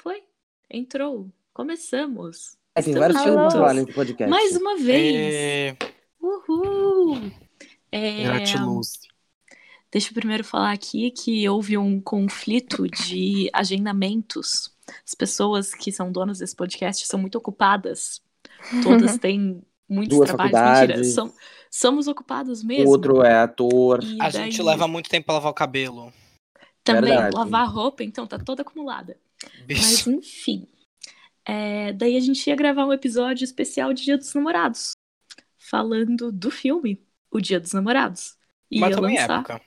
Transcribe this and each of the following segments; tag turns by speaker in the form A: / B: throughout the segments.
A: Foi. Entrou. Começamos.
B: É, tem vários
A: Estamos
B: títulos lá
A: juntos.
B: no podcast.
A: Então tá Mais um uma vez.
C: É,
A: Uhul. É,
C: Gratiluz.
A: deixa eu primeiro falar aqui que houve um conflito de agendamentos. As pessoas que são donas desse podcast são muito ocupadas. Todas têm muitos
B: Duas
A: trabalhos. Mentira.
B: faculdades.
A: Som- somos ocupados
B: O
A: mesmo.
B: outro é ator.
A: E
C: A
A: daí-
C: gente leva muito tempo pra lavar o cabelo.
A: Também,
B: Verdade.
A: lavar roupa, então tá toda acumulada. Mas
C: Bicho.
A: enfim. É, daí a gente ia gravar um episódio especial de Dia dos Namorados. Falando do filme O Dia dos Namorados. E
C: Mas
A: ia
C: também é
A: lançar.
C: época.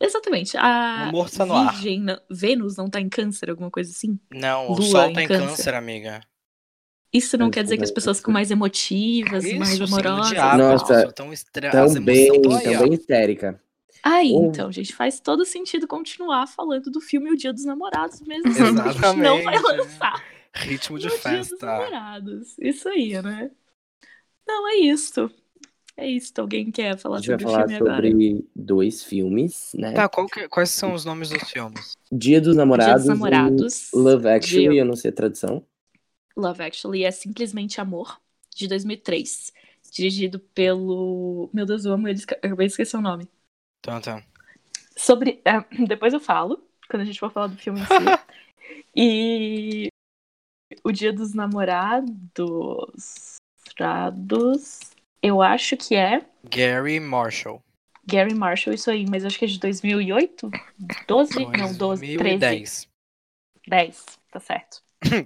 A: Exatamente. A
C: O humor tá no ar.
A: Virgem na- Vênus não tá em câncer, alguma coisa assim.
C: Não,
A: Lua
C: o sol tá
A: em
C: em
A: câncer.
C: câncer, amiga.
A: Isso não
B: Mas
A: quer dizer que as pessoas ficam mais emotivas, mais
C: Isso, sim,
A: amorosas.
C: o diabo,
B: Nossa,
C: nossa, tão estranho. As
B: Também,
C: emoções tão aí, ó.
B: também histérica.
A: Aí,
B: Ou-
A: então, gente, faz todo sentido continuar falando do filme O Dia dos Namorados, mesmo se a gente não
C: Exatamente,
A: vai
C: né?
A: lançar.
C: Ritmo Tipo de
A: No Dia dos
C: festa.
A: Namorados. Isso aí, né? Não, é isso. É isso. Alguém quer
B: A
A: falar
B: gente vai
A: sobre o
B: falar
A: filme agora?
B: sobre dois filmes, né?
C: Tá, qual que- quais são os nomes dos filmes?
B: Dia dos
A: Dia
B: Namorados.
A: dos Namorados. um.
B: e Love Actually,
A: de
B: eu não sei a tradução.
A: Love Actually é Simplesmente Amor, de 2003. Dirigido pelo. Meu Deus, eu amo ele. esque- eu Acabei de esquecer o nome.
C: Então, então.
A: Sobre. ah, depois eu falo, quando a gente for falar do filme em si. e. O Dia dos Namorados. Trados. Eu acho que é.
C: Gary Marshall.
A: Gary Marshall, isso aí, mas acho que é de 2008? 12?
B: é
A: Não, 12, 13.
C: 2010.
A: 10. Tá certo,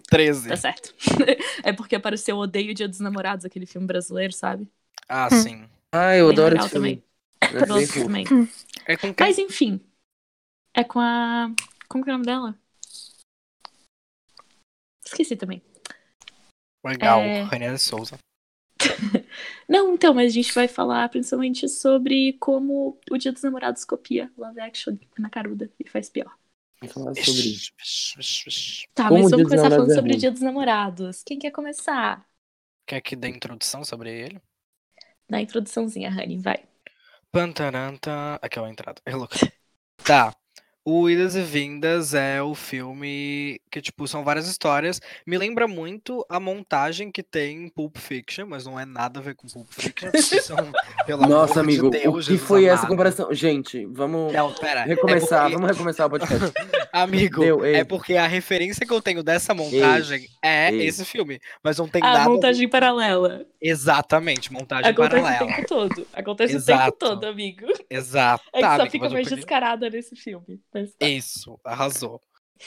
C: 13.
A: tá certo. é porque apareceu Odeio o Dia dos Namorados, aquele filme brasileiro, sabe?
C: Ah,
A: Hum.
C: sim.
B: Ah, eu
A: Bem
B: adoro
A: legal
B: esse filme. Eu adorei
A: Gosto
B: esse filme.
A: também.
C: É com quem?
A: Mas enfim, é com a. Como que é o nome dela? Esqueci também.
C: Legal,
A: é-
C: René Souza.
A: Não, então, mas a gente vai falar principalmente sobre como o Dia dos Namorados copia Love Actually na caruda e faz pior.
B: Vamos falar É sobre isso.
A: Tá,
B: Como
A: mas
B: o
A: vamos
B: Dia dos
A: começar
B: Namorados
A: falando
B: é
A: sobre o
B: ruim.
A: Dia dos Namorados. Quem quer começar?
C: Quer que dê introdução sobre ele?
A: Na introduçãozinha, Honey, vai.
C: Pantaranta. Aquela entrada. É louco. Tá. O Idas e Vindas é o filme que, tipo, são várias histórias. Me lembra muito a montagem que tem em Pulp Fiction, mas não é nada a ver com Pulp Fiction. porque são- pelo
B: Nossa,
C: amor de
B: amigo,
C: Deus,
B: o que
C: Jesus
B: foi essa
C: amado.
B: comparação? Gente, vamos
C: Não, pera. é
B: recomeçar.
C: porque-
B: Vamos recomeçar o podcast.
C: Amigo,
B: Deu, ei.
C: é porque a referência que eu tenho dessa montagem é
B: ei.
C: esse filme. Mas não tem nada.
A: A
C: a ver-
A: Ah, montagem paralela.
C: Exatamente, montagem
A: Acontece o
C: paralela.
A: tempo todo. Acontece o tempo
C: Exato.
A: todo, amigo.
C: Exato.
A: É que só
C: amigo,
A: fica
C: mas eu
A: mais
C: peguei-
A: descarada nesse filme. Mas tá.
C: Isso, arrasou.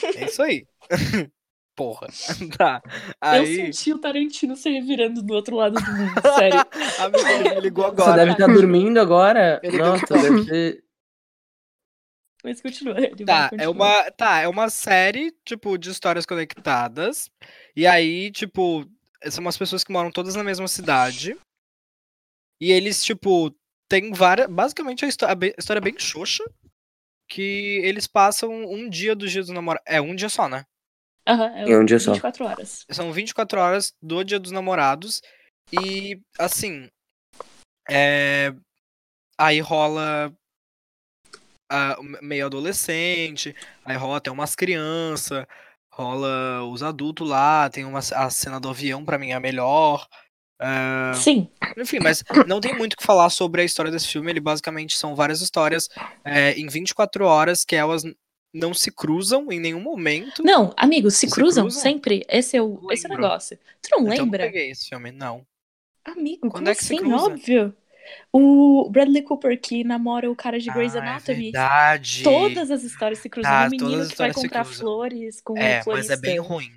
C: É isso aí. Porra. Tá.
A: Eu
C: Aí,
A: senti o Tarantino se revirando do outro lado do mundo, sério.
C: amigo, ele me ligou
B: Você
C: agora.
B: deve estar dormindo agora.
C: Ele deu
B: Nossa, deve ser.
A: Mas continua. ele vai
C: Tá, é
A: continuar.
C: uma, tá, é uma série, tipo, de histórias conectadas. E aí, tipo, são umas pessoas que moram todas na mesma cidade. E eles, tipo, tem várias. Basicamente, a história, a história é bem xoxa. Que eles passam um dia dos dias dos namorados. É, um dia só, né?
A: Aham,
B: É um dia só.
A: 24 horas.
C: São 24 horas do Dia dos Namorados. E, assim. é, Aí rola. ah, me- meio adolescente, aí rola até umas crianças, rola os adultos lá, tem uma, a cena do avião, pra mim, é a melhor. Ah,
A: Sim.
C: enfim, mas não tem muito o que falar sobre a história desse filme. Ele basicamente são várias histórias é, em 24 horas que elas n- não se cruzam em nenhum momento.
A: Não, amigos, se
C: Se
A: cruzam,
C: cruzam?
A: sempre. Esse é o,
C: Não
A: esse é o
C: lembro.
A: negócio. Tu não
C: Então eu não
A: lembra?
C: peguei esse filme, não.
A: Amigo,
C: Quando
A: como
C: é que se
A: assim?
C: cruza?
A: Óbvio. O Bradley Cooper, que namora o cara de Grey's
C: Ah, É
A: Anatomy.
C: verdade.
A: Todas as histórias se cruzam.
C: Tá,
A: o menino
C: todas as
A: que vai
C: histórias se
A: comprar
C: cruzam.
A: flores com um
C: É,
A: o
C: mas
A: florista.
C: é bem ruim.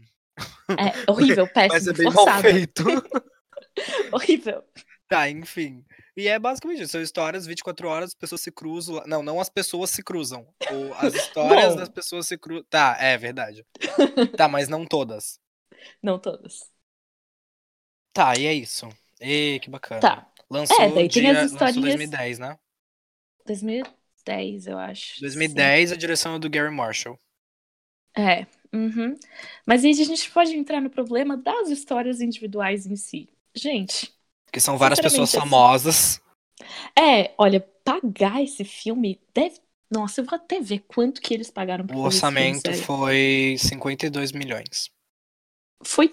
A: É, horrível, péssimo,
C: Mas é bem mal
A: forçado.
C: feito.
A: Horrível.
C: tá, enfim. E é basicamente isso. São histórias 24 horas, as pessoas se cruzam. lá- Não, não as pessoas se cruzam. O- as histórias
A: Bom.
C: das pessoas se cruzam. Tá, é verdade. tá, mas não todas.
A: Não todas.
C: Tá, e é isso. E que bacana.
A: Tá.
C: Lançou
A: É, daí
C: dia,
A: tem as
C: lançou
A: historinhas-
C: 2010, né?
A: 2010, eu acho.
C: 2010, a direção é do Gary Marshall.
A: Sim. É. uhum. Mas aí a gente pode entrar no problema das histórias individuais em si. Gente,
C: Que são várias pessoas
A: Sinceramente, assim-
C: famosas.
A: é, olha, pagar esse filme deve Nossa, eu vou até ver quanto que eles pagaram pra
C: O
A: fazer esse filme,
C: orçamento
A: sério.
C: foi 52 milhões.
A: Foi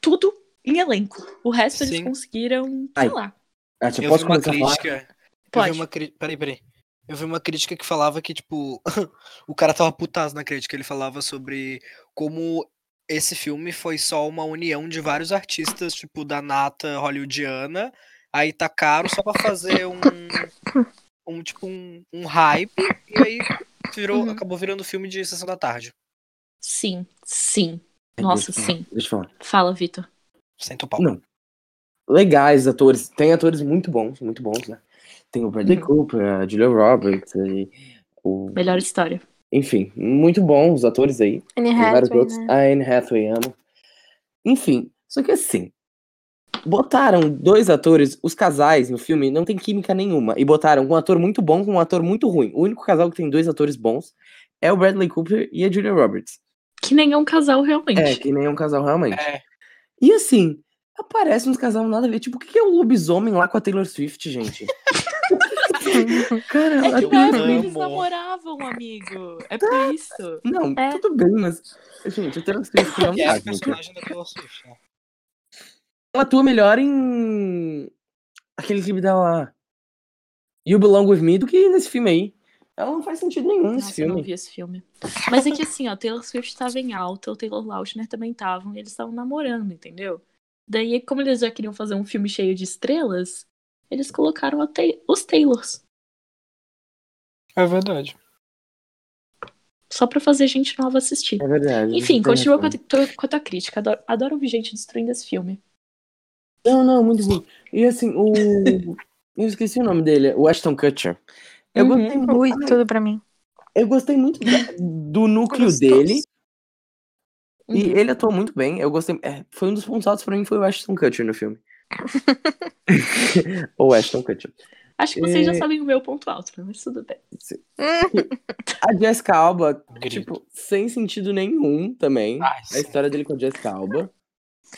A: tudo em elenco. O resto eles
C: Sim.
A: conseguiram,
B: Ai,
A: sei lá.
B: Ah, tipo,
C: Eu vi
B: posso
C: uma
B: começar a falar?
C: crítica. Eu vi
A: Pode.
C: uma cri... Peraí, peraí. Eu vi uma crítica que falava que, tipo, o cara tava putaz na crítica. Ele falava sobre como esse filme foi só uma união de vários artistas, tipo, da nata hollywoodiana. Aí tá caro só pra fazer um. um tipo, um, um hype. E aí virou,
A: Uhum.
C: acabou virando filme de sessão da tarde.
A: Sim, sim.
B: Ai,
A: Nossa,
B: deixa eu falar,
A: sim.
B: Deixa eu falar.
A: Fala, Vitor.
C: Senta o pau.
B: Não. legais atores. Tem atores muito bons, muito bons, né? Tem o Bradley
A: Uhum.
B: Cooper, a Julia Roberts, e o...
A: Melhor história.
B: enfim, muito bons os atores aí.
D: Anne
B: Tem vários
D: Hathaway,
B: outros.
D: né?
B: A Anne Hathaway amo. Enfim, só que assim, botaram dois atores, os casais no filme não tem química nenhuma. E botaram um ator muito bom com um ator muito ruim. O único casal que tem dois atores bons é o Bradley Cooper e a Julia Roberts.
A: Que nem é um casal realmente.
B: É, que nem é um casal realmente.
C: É,
B: E assim, aparece uns casal nada a ver. Tipo, o que que é o lobisomem lá com a Taylor Swift, gente?
D: né?
B: Cara,
A: É
B: a
A: que
C: Eu
A: na
B: Taylor-
A: época eles
C: amo.
A: namoravam, amigo. É por isso.
B: Não,
D: É.
B: tudo bem, mas. Gente, a Taylor Swift não
C: que é
B: dá,
C: a
B: gente.
C: personagem da Taylor Swift. né?
B: Ela atua melhor em. Aquele filme dela lá. You Belong With Me do que nesse filme aí. Ela não faz sentido nenhum nesse
A: Nossa, eu não
B: filme.
A: vi esse filme. Mas é que assim, ó, Taylor Swift tava em alta, o Taylor Lautner também estavam, e eles estavam namorando, entendeu? Daí, como eles já queriam fazer um filme cheio de estrelas, eles colocaram a Tay- os Taylors.
C: É verdade.
A: Só pra fazer gente nova assistir.
B: É verdade.
A: Enfim,
B: tem
A: continua com a,
B: razão.
A: tu- com a tua crítica. Adoro, adoro ouvir gente destruindo esse filme.
B: Não, não, muito ruim. E assim, o. eu esqueci o nome dele, o Ashton Kutcher. Eu
A: Uhum.
B: gostei muito.
D: Ui, tudo pra mim.
B: Eu gostei muito da- do núcleo
C: Gostoso.
B: dele. E
A: Uhum.
B: ele atuou muito bem. Eu gostei. é, foi um dos pontos altos pra mim foi o Ashton Kutcher no filme. Ou Ashton Kutcher.
A: Acho que vocês já
B: É.
A: sabem o meu ponto alto, né? mas tudo bem.
B: A Jessica Alba,
C: Grito.
B: tipo, sem sentido nenhum também.
C: Ai,
B: a história dele com a Jessica Alba.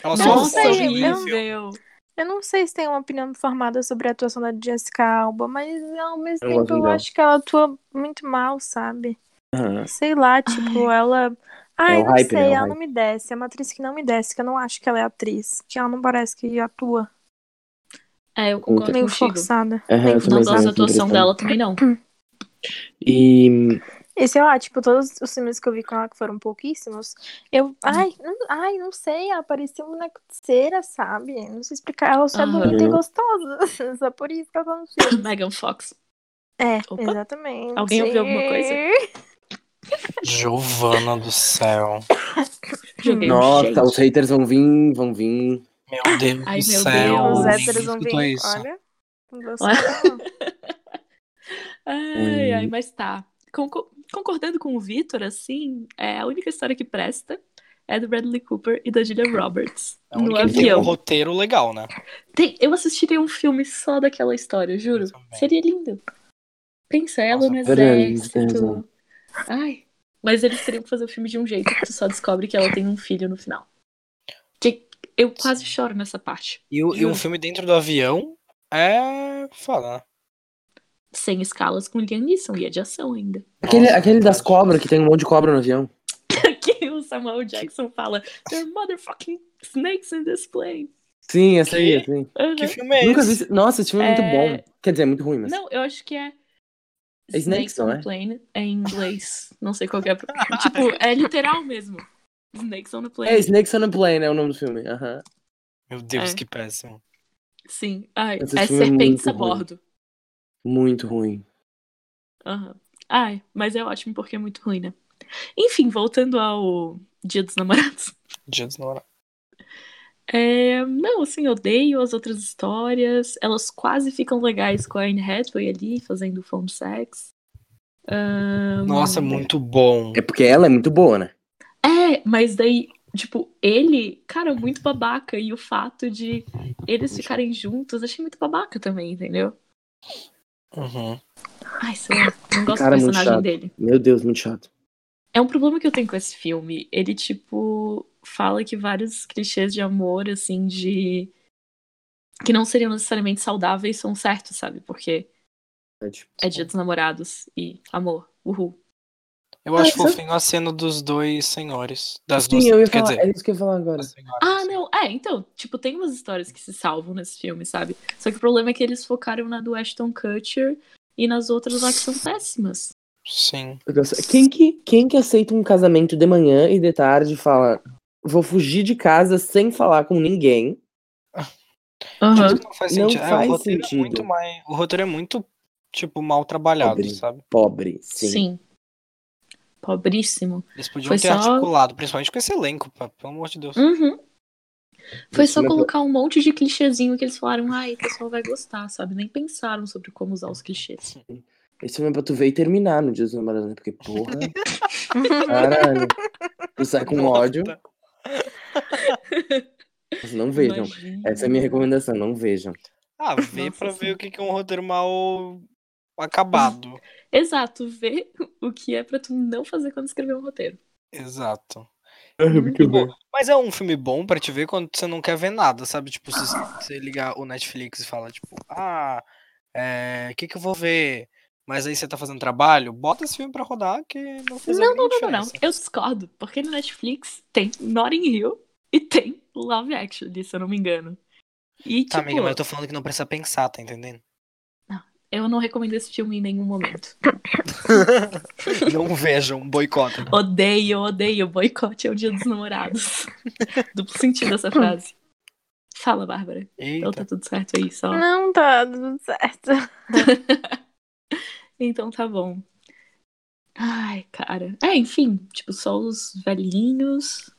C: Ela
D: Nossa,
C: só não
A: Nossa, é,
D: sei,
C: pode
D: eu-
C: no filme.
A: horrível.
D: Eu não sei se tem uma opinião formada sobre a atuação da Jessica Alba, mas ao mesmo
B: Eu
D: tempo
B: gosto
D: eu
B: dela.
D: acho que ela atua muito mal, sabe? Sei lá, tipo, ela.
B: É
D: Ai,
B: o
D: não
B: hype, né?
D: sei,
B: É o
D: ela
B: hype.
D: não me desce. É uma atriz que não me desce, que eu não acho que ela é atriz. Que ela não parece que atua.
A: É, eu concordo
D: Meio
A: contigo.
D: forçada.
B: Aham, eu
D: Não
A: Não
B: também
A: gosto
B: sei,
A: da atuação
B: interessante.
A: dela também, não.
B: E.
D: E sei lá, tipo, todos os filmes que eu vi com ela, que foram pouquíssimos,
A: Hum.
D: eu. Ai, não, ai, não sei, ela parecia uma cera, sabe? Não sei explicar. Ela só é
A: Aham.
D: bonita e gostosa. Só por isso que ela tá no filme.
A: Megan Fox.
D: É,
A: Opa.
D: exatamente.
A: Alguém ouviu alguma coisa?
C: Giovana do céu.
A: Joguei um
B: Nossa,
A: shade.
B: os haters vão vir, vão vir.
C: Meu Deus
A: Ai,
C: do
A: meu
C: céu.
A: Deus.
D: Os
A: Ninguém
D: héteros vão
C: Escutou
D: vir.
C: isso.
D: Olha. não gostou,
A: Olha.
D: não.
A: Ai,
B: Hum.
A: ai, mas tá. Concor- concordando com o Vitor, assim, é a única história que presta é do Bradley Cooper e da Julia Roberts
C: É o
A: no
C: único que tem um
A: avião.
C: roteiro legal, né?
A: Tem- eu assistiria um filme só daquela história, eu juro.
C: Eu também.
A: Seria lindo. Pensa ela
C: Nossa,
A: no
B: verdade,
A: exército.
B: verdade.
A: Ai. Mas eles teriam que fazer o filme de um jeito que tu só descobre que ela tem um filho no final. Que eu quase choro nessa parte.
C: E, o- e um
A: Juro.
C: filme dentro do avião é. Fala, né?
A: Sem escalas com Liam Neeson e é de ação ainda.
B: Aquele,
C: Nossa,
B: aquele das
C: verdade.
B: cobras, que tem um monte de cobra no avião.
A: que o Samuel Jackson fala: There are motherfucking snakes in this plane. Uhum.
B: Sim, essa aí,
C: Que-
B: essa aí.
A: Aham.
C: Que filme é
B: Nunca vi.
C: esse?
B: esse- Nossa, esse filme é muito
A: É.
B: bom. Quer dizer, é muito ruim, mas.
A: Não, eu acho que é.
B: É snakes, não
A: on
B: é?
A: a plane em inglês. Não sei qual que é. tipo, é literal mesmo. Snakes on a plane.
B: É Snakes on a Plane, é o nome do filme. Aham.
C: Meu Deus,
A: É.
C: que péssimo.
A: Sim. Ai,
B: Esse
A: é
B: filme é
A: serpentes
B: muito
A: a
B: ruim.
A: bordo.
B: Muito ruim.
A: Aham. Ai, mas é ótimo porque é muito ruim, né? Enfim, voltando ao Dia dos Namorados.
C: Dia dos namorados.
A: É, não, assim, eu odeio as outras histórias. Elas quase ficam legais com a Anne Hathaway ali, fazendo phone sex. Ahn,
C: Nossa, muito bom.
B: É porque ela é muito boa, né?
A: É, mas daí, tipo, ele, cara, muito babaca. E o fato de eles ficarem juntos, achei muito babaca também, entendeu?
C: Uhum.
A: Ai, sei lá, não gosto
B: Cara, é
A: do
B: muito
A: personagem
B: chato.
A: dele.
B: Meu Deus, muito chato.
A: É um problema que eu tenho com esse filme. Ele, tipo, fala que vários clichês de amor, assim, de. que não seriam necessariamente saudáveis são certos, sabe? Porque
B: tipo,
A: É Dia dos Namorados e Amor. Uhul.
C: Eu acho
B: Ah, isso é-
C: fofinho a cena dos dois senhores. Das
B: Sim,
C: duas.
B: eu ia
C: quer
B: falar,
C: dizer,
B: é isso que eu ia falar agora.
C: das senhoras.
A: Ah, não. É, então, tipo, tem umas histórias que se salvam nesse filme, sabe? Só que o problema é que eles focaram na do Ashton Kutcher e nas outras lá que são péssimas.
C: Sim.
B: Meu Deus, Quem que, quem que aceita um casamento de manhã e de tarde e fala vou fugir de casa sem falar com ninguém?
A: Aham.
C: Tipo, não faz
B: Não
C: sentido. É,
B: faz
C: o roteiro
B: sentido.
C: é muito mais. O roteiro é muito, tipo, mal trabalhado,
B: Pobre.
C: sabe?
B: Pobre,
A: Sim.
B: sim.
A: Pobríssimo.
C: Eles podiam
A: Foi
C: ter
A: só-
C: articulado, principalmente com esse elenco, pá, pelo amor de Deus.
A: Uhum. Foi só
B: Mas-
A: colocar um monte de clichêzinho que eles falaram, ai, o pessoal vai gostar, sabe? Nem pensaram sobre como usar os clichês.
B: Esse filme é pra tu ver e terminar no Dia dos Namorados, né? Porque, porra, caralho. Tu sai com
C: Nossa.
B: ódio, mas não vejam.
A: Imagina.
B: Essa é a minha recomendação, não vejam.
C: Ah, vê
A: Nossa
C: pra ver
A: Senhora.
C: o que que é um roteiro mal acabado.
A: Exato, vê o que é pra tu não fazer quando escrever um roteiro.
C: Exato.
A: muito
C: bom. Mas é um filme bom pra te ver quando você não quer ver nada, sabe? Tipo, se você ligar o Netflix e fala, tipo, ah, é, que que eu vou ver? Mas aí você tá fazendo trabalho, bota esse filme pra rodar que não fez
A: Não,
C: a
A: não,
C: mínima
A: não, não, não.
C: diferença.
A: Eu discordo, porque no Netflix tem Notting Hill e tem Love Actually, se eu não me engano. E,
C: Tá,
A: tipo,
C: amiga, mas eu tô falando que não precisa pensar, tá entendendo?
A: eu não recomendo esse filme em nenhum momento.
C: não vejam, boicotem.
A: Odeio, odeio. Boicote é o dia dos namorados. Duplo sentido essa frase. Fala, Bárbara. Então tá
C: Eita.
A: tudo certo aí, só.
D: Não tá tudo certo.
A: Então tá bom. Ai, cara. É, enfim, tipo, só os velhinhos,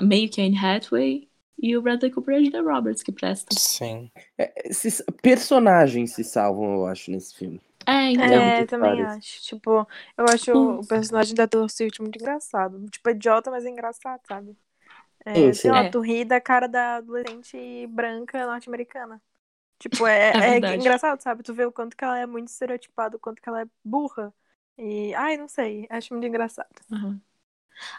A: meio que a Anne Hathaway e o Bradley Cooper e a Julia Roberts que prestam.
C: Sim.
B: Esses É, personagens se salvam, eu acho, nesse filme.
A: É, então.
B: É,
D: É,
B: muito
D: também
B: várias.
D: acho. Tipo, eu acho
A: Hum.
D: o personagem da Taylor Swift muito engraçado. Tipo, é idiota, mas é engraçado, sabe? É,
B: Sim, sim.
D: Sei lá,
A: É.
D: tu ri da cara da adolescente branca norte-americana. Tipo,
A: É
D: é, é,
A: verdade.
D: engraçado, sabe? Tu vê o quanto que ela é muito estereotipada, o quanto que ela é burra. E, ai, não sei, acho muito engraçado.
A: Aham.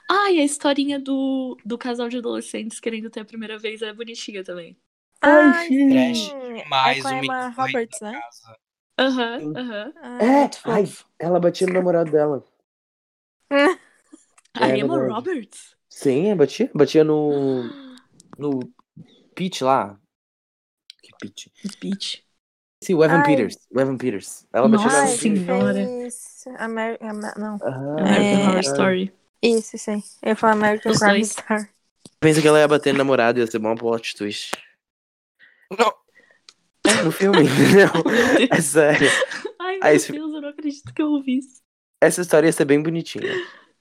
A: Ah, e a historinha do, do casal de adolescentes querendo ter a primeira vez é bonitinha também.
D: Ai,
C: Trash
D: sim, é
C: Mas
D: com
C: o
D: a
C: menino
D: Emma
C: corre
D: Roberts,
C: pra
D: né?
C: casa.
A: Aham,
B: Sim.
A: aham.
D: Ai,
B: É,
D: muito
B: ai,
D: fofo.
B: ela batia no namorado dela.
A: A
B: É
A: Emma
B: verdade.
A: Roberts?
B: Sim, eu batia. Batia no. No. Pete lá. Que Pete?
A: Beach.
B: Sim, o Evan
D: Ai.
B: Peters. O Evan Peters. Ela batia no
A: Nossa
B: Evan
D: Ai,
B: Peters.
A: Senhora.
D: fez Amer... Amer- Não,
B: Ah,
A: American
D: É.
A: Horror Story.
D: isso, sim. Eu ia falar American
A: Os
D: Crime
A: dois.
D: Star.
B: Pensa que ela ia bater no namorado, ia ser bom plot twist. É,
C: Não,
B: No filme, não. É sério.
A: Ai, meu
B: Ah, esse-
A: Deus, eu não acredito que eu ouvi isso.
B: Essa história ia ser bem bonitinha.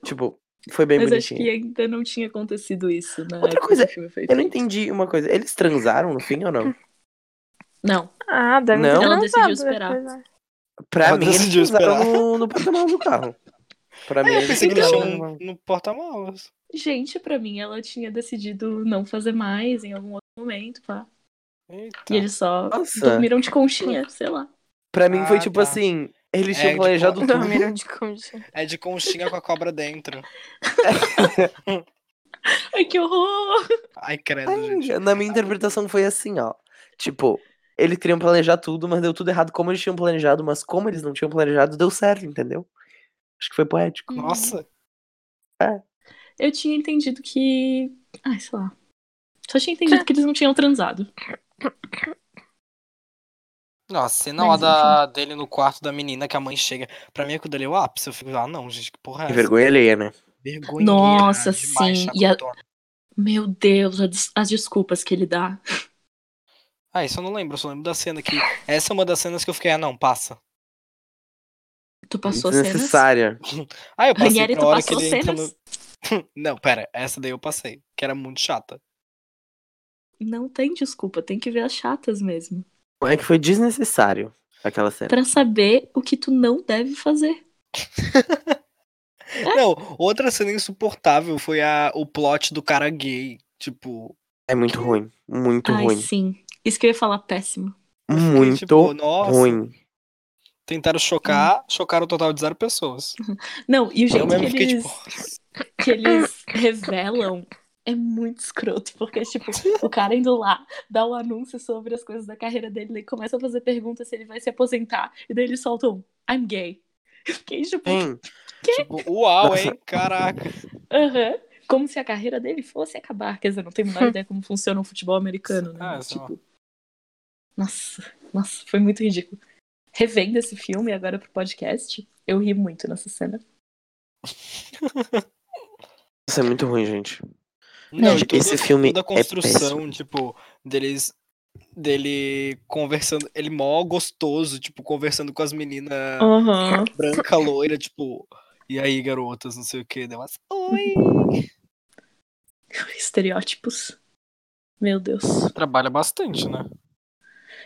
B: Tipo, foi bem
A: Mas acho
B: bonitinha.
A: que ainda não tinha acontecido isso, né?
B: Outra coisa,
C: é.
B: Eu
A: entendi.
B: não entendi uma coisa. Eles transaram no fim ou não?
A: Não,
D: Ah, deve
B: Não?
D: ter
A: Ela decidiu
D: transado
A: esperar.
D: depois, né?
B: Pra
C: Ela
B: mim, eles
C: decidiu
B: transaram
C: esperar.
B: no, no porta-malas do carro. Pra mim,
C: eu pensei que eles
A: Então-
C: tinham no porta-malas.
A: gente, pra mim ela tinha decidido não fazer mais em algum outro momento, pá.
C: Eita.
A: E eles só
B: Ah, Nossa.
A: dormiram de conchinha, sei lá.
B: Pra mim foi
C: Ah,
B: tipo
C: tá.
B: assim, eles
C: É,
B: tinham
C: tipo,
B: planejado tudo.
D: Dormiram de conchinha.
C: É de conchinha com a cobra dentro.
A: Ai, que horror!
C: Ai, credo,
B: Ai,
C: gente.
B: na minha interpretação foi assim, ó. Tipo, eles queriam planejar tudo, mas deu tudo errado como eles tinham planejado, mas como eles não tinham planejado, deu certo, entendeu? Acho que foi poético.
C: Nossa.
A: Eu tinha entendido que. Ai, sei lá. Só tinha entendido que eles não tinham transado.
C: Nossa, cena lá
A: Mas
C: da, dele no quarto da menina que a mãe chega. Pra mim, quando ele é o ápice, eu fico, ah, não, gente, que porra é
B: Que
C: essa?
B: vergonha alheia, né?
C: Vergonha.
A: Nossa, sim, e a-
C: chacotona.
A: Meu Deus, a des- as desculpas que ele dá.
C: Ah, isso eu não lembro, eu só lembro da cena que. Essa é uma das cenas que eu fiquei, ah, não, passa.
A: Tu passou as cenas?
B: Desnecessária.
C: Ah, eu passei
A: Ranieri,
C: pra
A: tu
C: hora que
A: passou
C: ele
A: as
C: entra
A: cenas?
C: no... Não, pera, essa daí eu passei, que era muito chata.
A: Não tem desculpa, tem que ver as chatas mesmo.
B: É que foi desnecessário aquela
C: É.
B: cena.
A: Pra saber o que tu não deve fazer.
C: Não, outra cena insuportável foi a, o plot do cara gay. Tipo,
B: É muito ruim. Muito
A: Ai,
B: ruim.
A: sim. Isso que eu ia falar péssimo.
C: eu fiquei,
B: Muito
C: tipo, nossa,
B: ruim.
C: Tentaram
A: Hum.
C: chocar, chocaram o total de zero pessoas.
A: Não, e o jeito
C: eu mesmo tipo,
A: que
C: fiquei
A: eles,
C: tipo.
A: que eles revelam é muito escroto, porque, tipo, o cara indo lá, dá um anúncio sobre as coisas da carreira dele, ele começa a fazer perguntas se ele vai se aposentar, e daí ele solta um, I'm gay. Eu Fiquei, tipo,
B: Hum,
C: Tipo, uau, hein? Caraca.
A: aham. Como se a carreira dele fosse acabar. Quer dizer, eu não tenho a menor ideia como funciona o futebol americano, né?
C: Ah,
A: Mas,
C: só.
A: tipo, nossa, nossa, foi muito ridículo. Revendo esse filme agora pro podcast, eu ri muito nessa cena.
B: Isso é muito ruim, gente.
C: Não,
B: Gente,
C: e toda-
B: esse filme
C: toda a
B: é
C: construção, tipo, deles dele conversando, ele mó gostoso, tipo, conversando com as meninas
A: Aham.
C: branca loira, tipo, e aí, garotas, não sei o que, deu umas, oi.
A: Estereótipos. Meu Deus.
C: Trabalha bastante, né?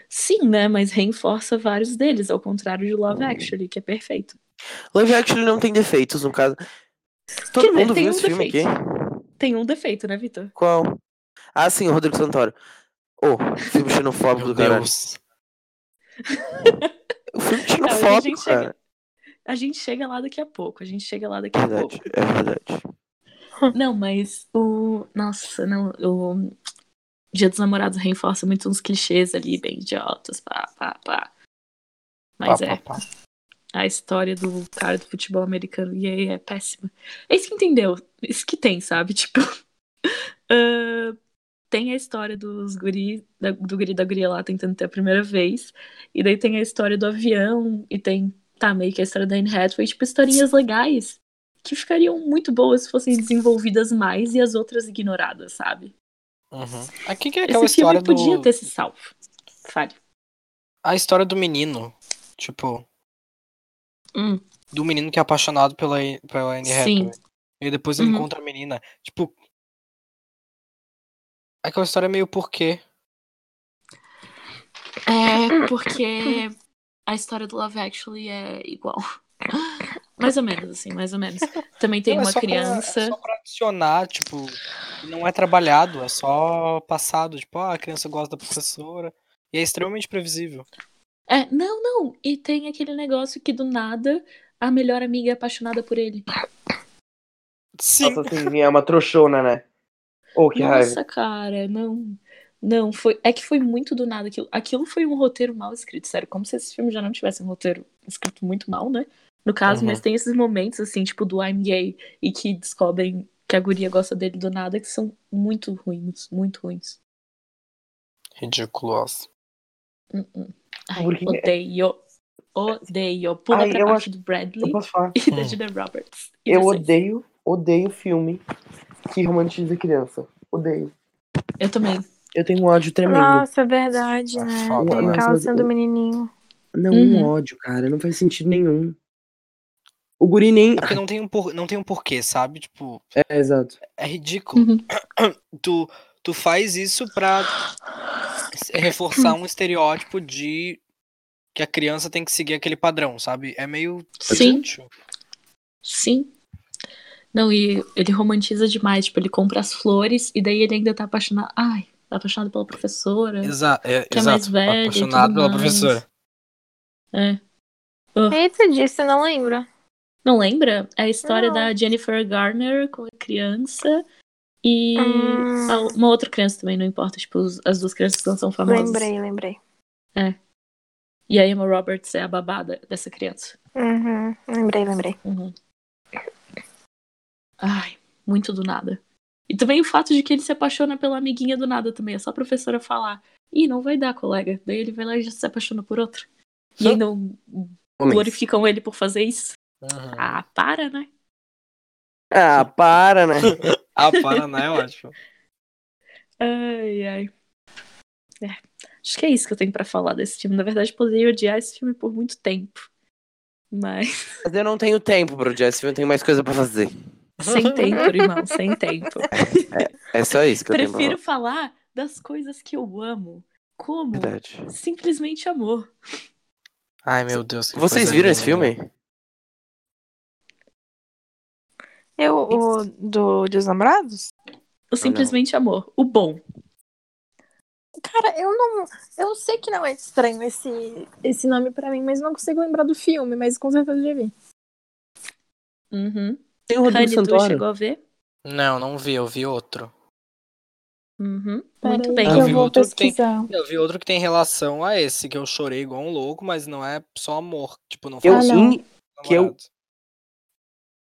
A: Sim, né? Mas reforça vários deles, ao contrário de Love Actually, que é perfeito.
B: Love Actually não tem defeitos, no caso. Todo
A: Quer dizer,
B: mundo
A: tem
B: viu
A: um
B: esse filme
A: defeito.
B: aqui?
A: Tem um defeito, né, Vitor?
B: Qual? Ah, sim, o Rodrigo Santoro. Ô, filme xenofóbico do
C: Meu
B: caralho.
C: Deus.
B: O filme
A: Não, a
B: xenofóbico,
A: gente
B: cara.
A: chega. A gente chega lá daqui a pouco. A gente chega lá daqui
B: É
A: a
B: verdade, é verdade.
A: pouco. Não, mas o. Nossa, não. O Dia dos Namorados reforça muito uns clichês ali, bem idiotas, pá, pá, pá. Mas é.
C: Pá, pá, pá.
A: a história do cara do futebol americano e aí é péssima. É isso que entendeu, isso que tem, sabe? Tipo, ah, tem a história dos guri, da- do guri e da guria lá tentando ter a primeira vez, e daí tem a história do avião, e tem, tá, meio que a história da Anne Hathaway, tipo, historinhas legais que ficariam muito boas se fossem desenvolvidas mais e as outras ignoradas, sabe?
C: Uhum. Aqui que é aquela
A: Esse filme
C: história do...
A: podia ter se salvo. Fale.
C: A história do menino, tipo,
A: Hum,
C: do menino que é apaixonado pela, pela Anne
A: Sim.
C: Hathaway. E depois ele
A: Uhum.
C: encontra a menina. Tipo. Aquela história é meio porquê.
A: É, porque a história do Love Actually é igual. Mais ou menos, assim, mais ou menos. Também tem
C: Não, é
A: uma
C: só pra- é
A: criança.
C: só pra adicionar, tipo, não é trabalhado, é só passado. Tipo, ah, a criança gosta da professora. E é extremamente previsível.
A: É, não, não. E tem aquele negócio que do nada a melhor amiga é apaixonada por ele.
C: Sim.
B: Nossa, assim, é uma trouxona, né? Ô, que é raiva.
A: Nossa, cara, não. Não, foi. É que foi muito do nada aquilo. Aquilo foi um roteiro mal escrito, sério. Como se esse filme já não tivesse um roteiro escrito muito mal, né? No caso,
C: Uhum.
A: mas tem esses momentos, assim, tipo, do I'm gay e que descobrem que a guria gosta dele do nada, que são muito ruins, muito ruins.
C: Ridículo.
A: Hum-hum. Ai,
B: Porque- é
A: odeio. Odeio. Pula
B: Ai,
A: pra
B: eu
A: parte
B: acho-
A: do
B: Eu
A: Bradley
B: posso falar?
A: e da
C: Hum.
A: Julia Roberts. E
B: Eu
A: vocês?
B: odeio, odeio filme que romantiza criança. Odeio.
A: Eu também.
B: Eu tenho um ódio tremendo.
A: Ah.
D: Nossa, é verdade, né?
C: Safado.
D: Tem
B: Nossa,
D: aquela
B: mas-
D: cena do menininho.
B: Não, um
A: Uhum.
B: ódio, cara. Não faz sentido nenhum. O guri nem.
C: É porque não tem, um por... não tem um porquê, sabe? Tipo,
B: É, exato.
C: é ridículo.
A: Uhum.
C: Tu, tu faz isso pra reforçar um estereótipo de que a criança tem que seguir aquele padrão, sabe? É meio
A: Sim,
C: inútil.
A: sim. Não, e ele romantiza demais. Tipo, ele compra as flores e daí ele ainda tá apaixonado. Ai, tá apaixonado pela professora.
C: Exa é,
A: Que é mais velha e tudo mais. É.
D: Eita, disso, você não lembra?
A: Não lembra? É a história
D: Não.
A: da Jennifer Garner com a criança e
D: Hum.
A: a- uma outra criança também, não importa. Tipo, os- as duas crianças não são famosas.
D: Lembrei, lembrei.
A: E a Emma Roberts é a babada dessa criança.
D: Uhum, lembrei, lembrei.
A: Uhum. Ai, muito do nada. E também o fato de que ele se apaixona pela amiguinha do nada também. É só a professora falar: Ih, não vai dar, colega. Daí ele vai lá e já se apaixona por outro. E
B: Hã?
A: aí não glorificam ele por fazer isso.
C: Uhum.
A: Ah, para, né?
B: Ah,
A: assim.
B: para, né?
C: Ah, Paraná é ótimo.
A: Ai, ai. É, Acho que é isso que eu tenho pra falar desse filme. Na verdade, poderia odiar esse filme por muito tempo. Mas
B: Mas eu não tenho tempo pro Jess, eu tenho mais coisa pra fazer.
A: sem tempo, irmão, sem tempo.
B: É só isso que eu tenho pra
A: Prefiro falar das coisas que eu amo. Como
B: falar. é Verdade.
A: simplesmente amor.
C: Ai, meu Deus. que
B: Vocês
A: é,
C: coisa
A: né?
B: viram esse
C: linda.
B: filme?
D: Eu, o do Dia dos Namorados?
A: O simplesmente amor. O bom.
D: Cara, eu não. Eu sei que não é estranho esse, esse nome pra mim, mas não consigo lembrar do filme, mas com certeza já vi.
A: Uhum.
B: Tem o Rodrigo
A: Honey, Uhum. tu
B: Santoro.
A: chegou a ver?
C: Não, não vi, eu vi outro.
A: Uhum.
D: Peraí
A: Muito bem.
D: que
C: Ah,
D: eu
C: vi
D: vou
C: outro que tem-
D: pesquisar.
C: Eu vi outro que tem relação a esse, que eu chorei igual um louco, mas não é só amor. Tipo, não
B: Eu,
D: Ah,
C: fala
D: não.
B: in- que eu-
C: namorado.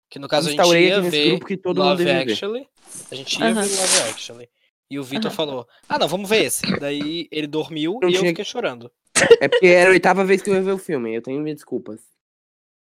C: Que no caso a gente
B: instaurei
C: ia
B: aqui nesse
C: ver
B: grupo que todo mundo
C: Love
B: deve ver.
C: Actually. A gente ia
A: Aham.
C: ver Love Actually. E o Vitor
A: Aham.
C: falou, ah não, vamos ver esse. Daí ele dormiu
B: Não
C: e eu
B: tinha-
C: fiquei chorando.
B: É porque era a oitava vez que eu ia ver o filme, eu tenho minhas desculpas.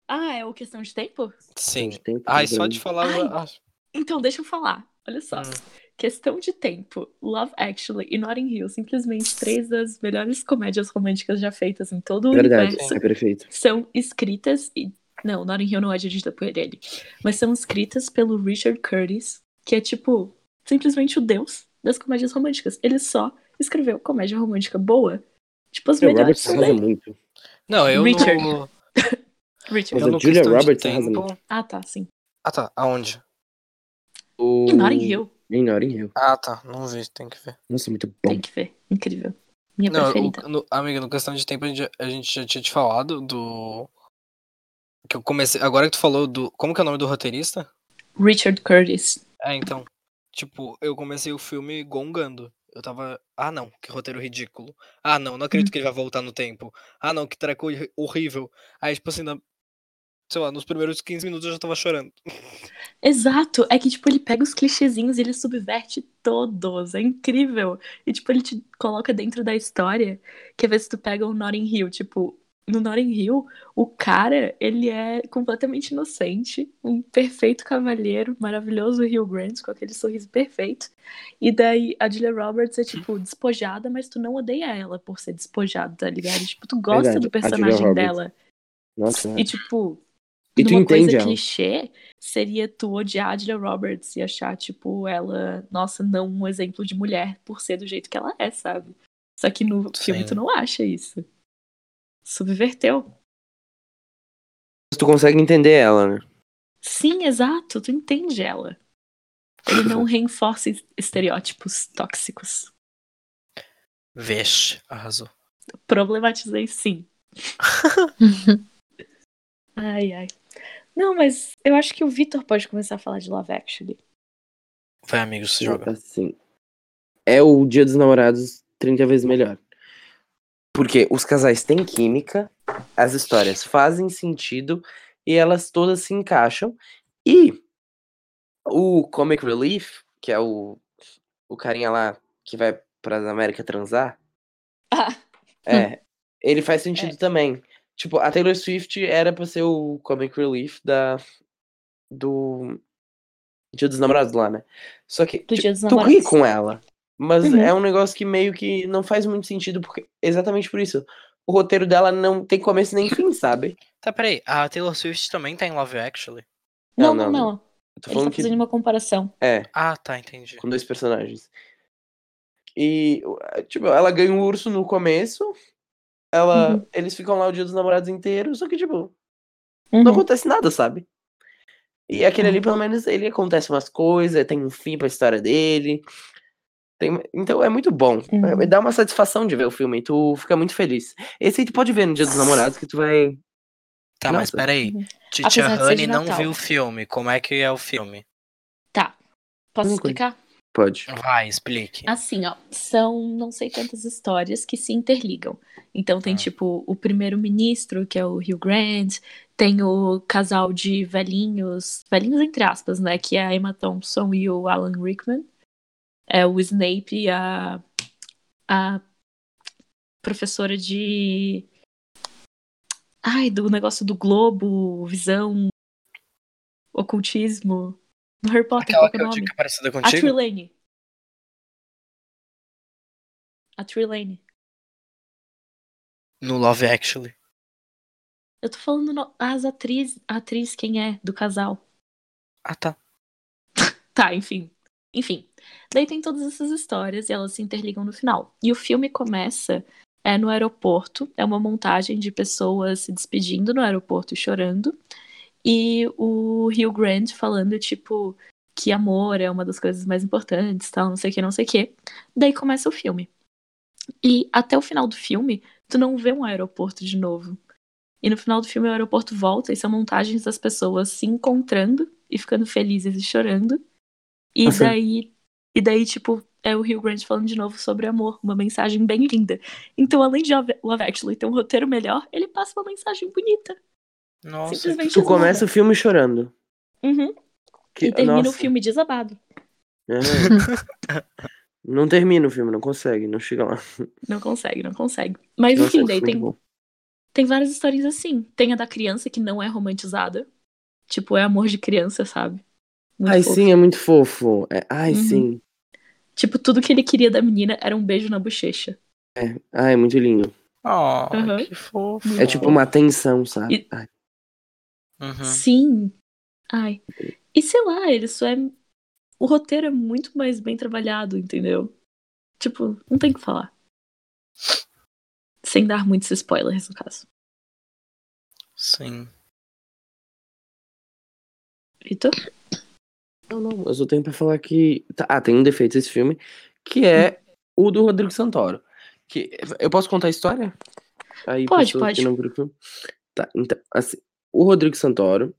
A: Ah, é o questão de tempo?
C: Sim.
B: De tempo,
C: Ai,
B: de
C: só
B: dano.
C: de falar.
A: Ai.
C: Ah,
A: Então, deixa eu falar. Olha só.
C: Hum.
A: Questão de tempo. Love Actually e Notting Hill, simplesmente três das melhores comédias românticas já feitas em todo o
B: Verdade,
A: universo,
B: é perfeito.
A: são escritas e não, Notting Hill não é dirigida por ele, mas são escritas pelo Richard Curtis, que é tipo simplesmente o deus das comédias românticas. Ele só escreveu comédia romântica boa. Tipo, as
B: O Robert
A: melhores são
B: arrasa
A: dele.
B: muito.
C: não, eu
A: Richard.
C: no,
A: Richard.
B: Mas
C: eu
B: a
C: no
B: Julia
C: questão de
B: Roberts arrasa
C: tempo.
A: Ah, tá, sim.
C: Ah tá, aonde?
B: O...
A: E Notting Hill,
B: Em Notting Hill.
C: Ah tá, não vi, tem que ver.
B: Nossa, muito
A: tem
B: bom.
A: que ver. Incrível. Minha
C: Não,
A: preferida.
C: o- no- amiga, no questão de tempo a gente, já- a gente já tinha te falado do. Que eu comecei. Agora que tu falou do. Como que é o nome do roteirista?
A: Richard Curtis.
C: É, então. Tipo, eu comecei o filme gongando. Eu tava. Ah, não, que roteiro ridículo. Ah, não, não acredito que ele vai voltar no tempo. Ah, não, que treco horri- horrível. Aí, tipo assim, na- sei lá, nos primeiros 15 minutos eu já tava chorando.
A: Exato, é que tipo ele pega os clichêzinhos e ele subverte todos, é incrível. E tipo ele te coloca dentro da história, que às vezes tu pega o Notting Hill, tipo, no Notting Hill, o cara, ele é completamente inocente, um perfeito cavalheiro, maravilhoso Rio Grant com aquele sorriso perfeito. E daí a Julia Roberts é tipo despojada, mas tu não odeia ela por ser despojada, tá ligado? Tipo, tu gosta
B: Verdade,
A: do
B: a Julia
A: personagem
B: Roberts.
A: dela.
B: Nossa.
A: E tipo,
B: E tu
A: numa
B: entende
A: coisa
B: ela.
A: clichê seria tu odiar a Julia Roberts e achar, tipo, ela, nossa, não um exemplo de mulher por ser do jeito que ela é, sabe? Só que no filme
C: Sim.
A: tu não acha isso. Subverteu.
B: Tu consegue entender ela, né?
A: Sim, exato, tu entende ela. Ele não reforça es- estereótipos tóxicos.
C: Vixe, arrasou.
A: Problematizei sim. Ai, ai. Não, mas eu acho que o Vitor pode começar a falar de Love Actually.
C: Vai, amigo, se joga.
B: Assim. É o Dia dos Namorados 30 vezes melhor. Porque os casais têm química, as histórias fazem sentido e elas todas se encaixam. E o Comic Relief, que é o, o carinha lá que vai pra América transar,
A: Ah. É.
B: é, ele faz sentido também. Tipo, a Taylor Swift era pra ser o Comic Relief da, do Dia dos Namorados lá, né? Só que
A: Do Dia dos
B: tu ri
A: Namorados.
B: com ela. Mas
A: Uhum.
B: é um negócio que meio que não faz muito sentido, porque exatamente por isso. O roteiro dela não tem começo nem fim, sabe?
C: Tá, peraí, a Taylor Swift também tá em Love Actually?
A: Não, não,
B: Não, não,
A: não.
B: Eu tô
A: Ele tá
B: falando que
A: fazendo uma comparação.
B: é,
C: Ah, tá, entendi.
B: com dois personagens. E, uh, tipo, ela ganha um urso no começo. Ela,
A: Uhum.
B: Eles ficam lá o dia dos namorados inteiro, só que, tipo, não
A: Uhum.
B: acontece nada, sabe? E aquele ali, pelo menos, ele acontece umas coisas, tem um fim pra história dele. Tem- Então é muito bom.
A: Uhum.
B: É- Dá uma satisfação de ver o filme. Tu fica muito feliz. Esse aí tu pode ver no Dia dos Namorados, que tu vai.
C: Tá, mas
B: Nossa.
C: peraí.
A: Uhum.
C: Titia
A: Apesar de ser de
C: Honey não
A: Natal.
C: viu o filme. Como é que é o filme?
A: Tá. Posso
B: Tranquilo.
A: explicar? É
B: Pode.
A: um
C: Vai, explique.
A: Assim, ó. São não sei quantas histórias que se interligam. Então tem,
C: Ah.
A: tipo, o primeiro-ministro, que é o Hugh Grant. Tem o casal de velhinhos. Velhinhos entre aspas, né? Que é a Emma Thompson e o Alan Rickman. É o Snape e a... A professora de... Ai, do negócio do globo, visão, ocultismo. Do Harry Potter,
C: Aquela
A: qual que
C: que
A: é o
C: eu
A: nome?
C: digo que é parecida
A: A
C: contigo?
A: Trillane. A Trillane.
C: No Love Actually.
A: Eu tô falando no- as atrizes, a atriz quem é do casal.
C: Ah, tá.
A: Tá, enfim. Enfim. Daí tem todas essas histórias e elas se interligam no final. E o filme começa é, no aeroporto. É uma montagem de pessoas se despedindo no aeroporto e chorando. E o Hugh Grant falando, tipo, que amor é uma das coisas mais importantes, tal, não sei o que, não sei o que. Daí começa o filme. E até o final do filme, tu não vê um aeroporto de novo. E no final do filme, o aeroporto volta e são montagens das pessoas se encontrando e ficando felizes e chorando. E
B: Nossa.
A: daí, e daí, tipo, é o Rio Grande falando de novo sobre amor, uma mensagem bem linda. Então, além de Love Love Actually ter um roteiro melhor, ele passa uma mensagem bonita.
C: Nossa,
A: simplesmente
B: Tu
A: esmagada.
B: começa o filme chorando.
A: Uhum.
B: Que-
A: e termina
B: nossa.
A: o filme desabado.
B: É. não termina o filme, não consegue, não chega lá.
A: Não consegue, não consegue. Mas
B: Nossa,
A: enfim,
B: que
A: daí
B: filme
A: tem,
B: bom.
A: tem várias histórias assim. Tem a da criança que não é romantizada. Tipo, é amor de criança, sabe? Muito
B: Ai,
A: fofo.
B: sim, é muito fofo. É, ai,
A: Uhum.
B: sim.
A: Tipo, tudo que ele queria da menina era um beijo na bochecha.
B: Ai, é muito lindo.
C: Oh,
A: Aham.
C: que fofo.
B: É tipo uma tensão, sabe?
A: Uhum. E-
B: Ai,
C: Uhum.
A: Sim. Ai. E sei lá, ele só é. O roteiro é muito mais bem trabalhado, entendeu? Tipo, não tem o que falar. Sem dar muitos spoilers, no caso.
C: Sim.
A: Vitor?
B: Não, não, eu só tenho pra falar que. tá- Ah, tem um defeito esse filme, que é
A: Hum.
B: o do Rodrigo Santoro. Que... Eu posso contar a história? Aí,
A: Pode,
B: pessoas
A: pode.
B: que não viram o filme. Tá, então, assim, o Rodrigo Santoro,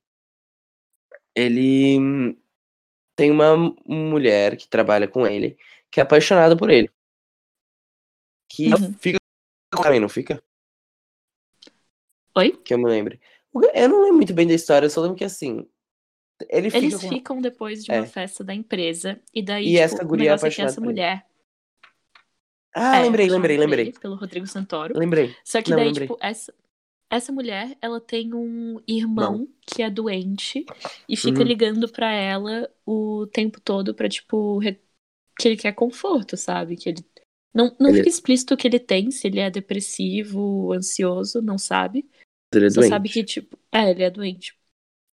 B: ele hum, tem uma mulher que trabalha com ele, que é apaixonada por ele. Que
A: Uhum.
B: fica com também, não fica?
A: Oi?
B: Que eu me lembre. Eu não lembro muito bem da história, eu só lembro que assim. Ele fica
A: Eles
B: com...
A: ficam depois de uma
B: É.
A: festa da empresa. E daí,
B: E
A: tipo,
B: essa guria é
A: o negócio é que
B: apaixonada
A: essa
B: por ele.
A: mulher.
B: Ah,
A: é
B: lembrei,
A: apaixonada
B: lembrei,
A: por
B: lembrei.
A: ele, pelo Rodrigo Santoro.
B: Lembrei.
A: Só que
B: Não,
A: daí,
B: lembrei.
A: tipo, essa, essa mulher, ela tem um irmão que é doente e fica
B: Uhum.
A: ligando pra ela o tempo todo pra, tipo, re- que ele quer conforto, sabe? Que ele. Não, não
B: Ele-
A: fica explícito o que ele tem, se ele é depressivo, ansioso, não sabe.
B: Ele é
A: Só
B: doente.
A: sabe que, tipo. É, ele é doente.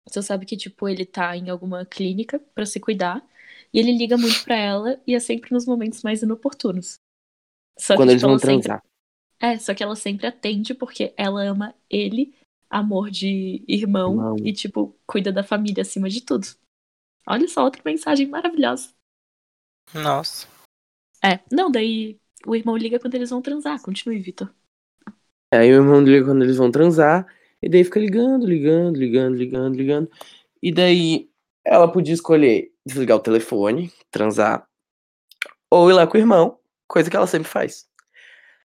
A: Só sabe que, tipo, ele tá em alguma clínica pra se cuidar. E ele liga muito pra ela e é sempre nos momentos mais inoportunos. Só
B: Quando
A: que,
B: eles
A: tipo,
B: vão
A: ela sempre
B: transar.
A: é, só que ela sempre atende porque ela ama ele, amor de irmão
B: Irmão.
A: e, tipo, cuida da família acima de tudo. Olha só, outra mensagem maravilhosa.
C: Nossa.
A: É, não, daí o irmão liga quando eles vão transar. Continue, Vitor. é
B: É, Aí o irmão dele, quando eles vão transar, e daí fica ligando, ligando, ligando, ligando, ligando. E daí ela podia escolher desligar o telefone, transar, ou ir lá com o irmão, coisa que ela sempre faz.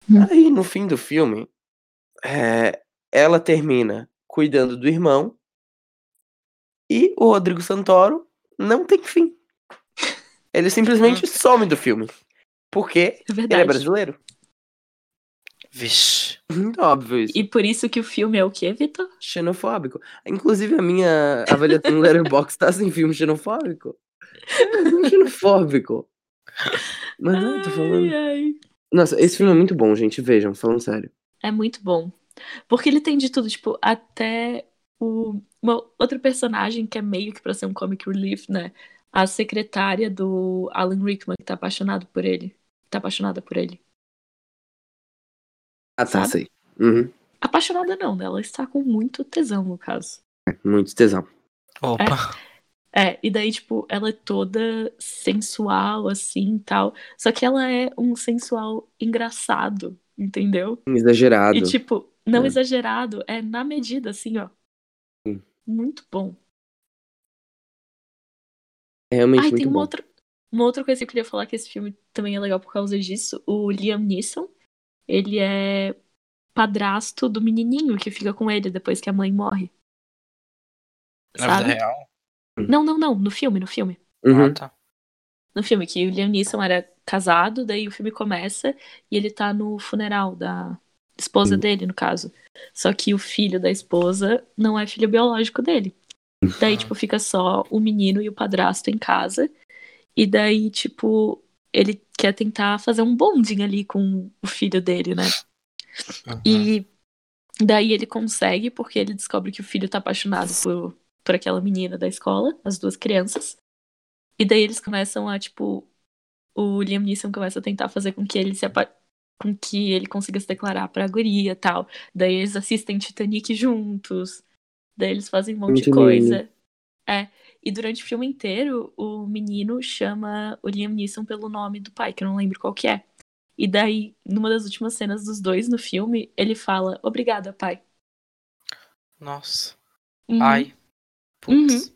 A: Hum.
B: Aí no fim do filme, é, ela termina cuidando do irmão e o Rodrigo Santoro não tem fim. Ele simplesmente some do filme. Porque
A: É
B: ele é
A: verdade.
B: brasileiro.
C: Vixe.
B: Muito óbvio isso.
A: e por isso que o filme é o quê, Vitor?
B: Xenofóbico. Inclusive, a minha avaliação no Letterboxd tá sem filme xenofóbico. É um filme xenofóbico. Mas não, eu Ah, tô falando.
A: Ai, ai.
B: Nossa, esse filme é muito bom, gente. Vejam, falando sério.
A: É muito bom. Porque ele tem de tudo, tipo, até o uma outra personagem que é meio que pra ser um comic relief, né? A secretária do Alan Rickman, que tá apaixonado por ele. Tá apaixonada por ele.
B: Ah, tá,
A: Sabe?
B: sei. Uhum.
A: Apaixonada não, né? Ela está com muito tesão, no caso.
B: É, Muito tesão.
C: Opa.
A: É, e daí, tipo, ela é toda sensual, assim, e tal. Só que ela é um sensual engraçado, entendeu?
B: Exagerado.
A: E, tipo, não
B: É.
A: exagerado, é na medida, assim, ó.
B: Sim.
A: Muito bom.
B: é realmente
A: Ai,
B: muito
A: tem uma
B: bom.
A: outra, uma outra coisa que eu queria falar que esse filme também é legal por causa disso. O Liam Neeson, ele é padrasto do menininho que fica com ele depois que a mãe morre.
C: Na vida
A: É, Sabe?
C: real.
A: Não, não, não. No filme, no filme.
B: Uhum.
C: Ah, tá.
A: no filme, que o Liam Neeson era casado, daí o filme começa e ele tá no funeral da esposa
B: Sim.
A: dele, no caso. Só que o filho da esposa não é filho biológico dele. Daí, tipo, fica só o menino e o padrasto em casa. E daí, tipo, ele quer tentar fazer um bonding ali com o filho dele, né?
C: Uhum.
A: E daí ele consegue, porque ele descobre que o filho tá apaixonado por, por aquela menina da escola, as duas crianças. E daí eles começam a, tipo, o Liam Neeson começa a tentar fazer com que ele se apa- com que ele consiga se declarar pra guria e tal. Daí eles assistem Titanic juntos. Daí eles fazem um monte de
B: Muito lindo.
A: coisa. É. E durante o filme inteiro, o menino chama o Liam Neeson pelo nome do pai, que eu não lembro qual que é. E daí, numa das últimas cenas dos dois no filme, ele fala: Obrigada, pai.
C: Nossa.
A: Uhum.
C: Ai. Putz.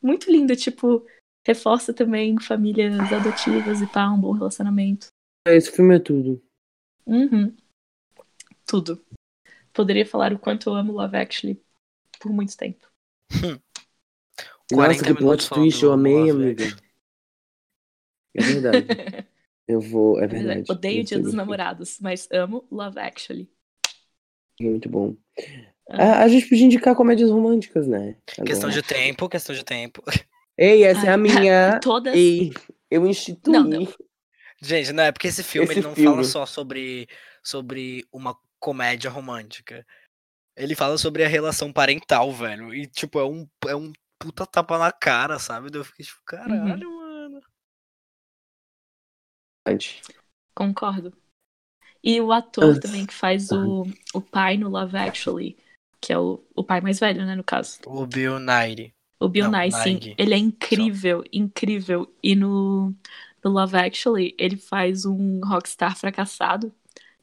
A: Muito lindo, tipo, reforça também famílias adotivas e pá, um bom relacionamento.
B: Esse filme é tudo.
A: Uhum. Tudo. Poderia falar o quanto eu amo Love Actually por muito tempo.
B: Nossa,
C: 40
B: que plot
C: minutos falando
B: twist, eu
C: do
B: amei,
C: Love
B: amiga. É verdade. Eu vou, é verdade.
A: Odeio o
B: Muito
A: Dia dos
B: bom.
A: Namorados, mas amo Love Actually.
B: Muito bom.
A: Ah.
B: A, a gente podia indicar comédias românticas, né?
C: Questão
B: Agora.
C: de tempo, questão de tempo.
B: Ei, essa é
A: Ai,
B: a minha.
A: Todas.
B: Ei, eu instituí.
A: Não, não.
C: Gente, não é porque esse filme
B: Esse
C: ele não fala
B: filme.
C: só sobre, sobre uma comédia romântica. Ele fala sobre a relação parental, velho. E, tipo, é um, é um puta tapa na cara, sabe? Daí Eu fiquei tipo, caralho, mano.
A: Concordo. E o ator
B: Ah.
A: também que faz o, o pai no Love Actually, que é o, o pai mais velho, né, no caso.
C: O Bill Nighy.
A: O Bill
C: Não,
A: Nye, sim.
C: Nighy.
A: Ele é incrível, incrível. E no, no Love Actually, ele faz um rockstar fracassado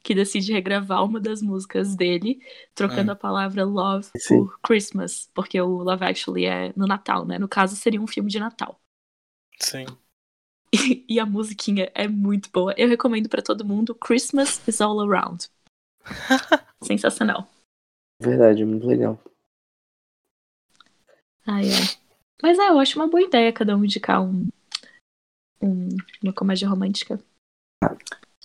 A: que decide regravar uma das músicas dele, trocando a palavra love
B: Sim.
A: por Christmas, porque o Love Actually é no Natal, né? No caso, seria um filme de Natal.
C: Sim.
A: E, e a musiquinha é muito boa. Eu recomendo pra todo mundo Christmas is All Around. Sensacional.
B: Verdade, muito legal.
A: Ai, ai. Mas é, eu acho uma boa ideia cada um indicar um, um- uma comédia romântica.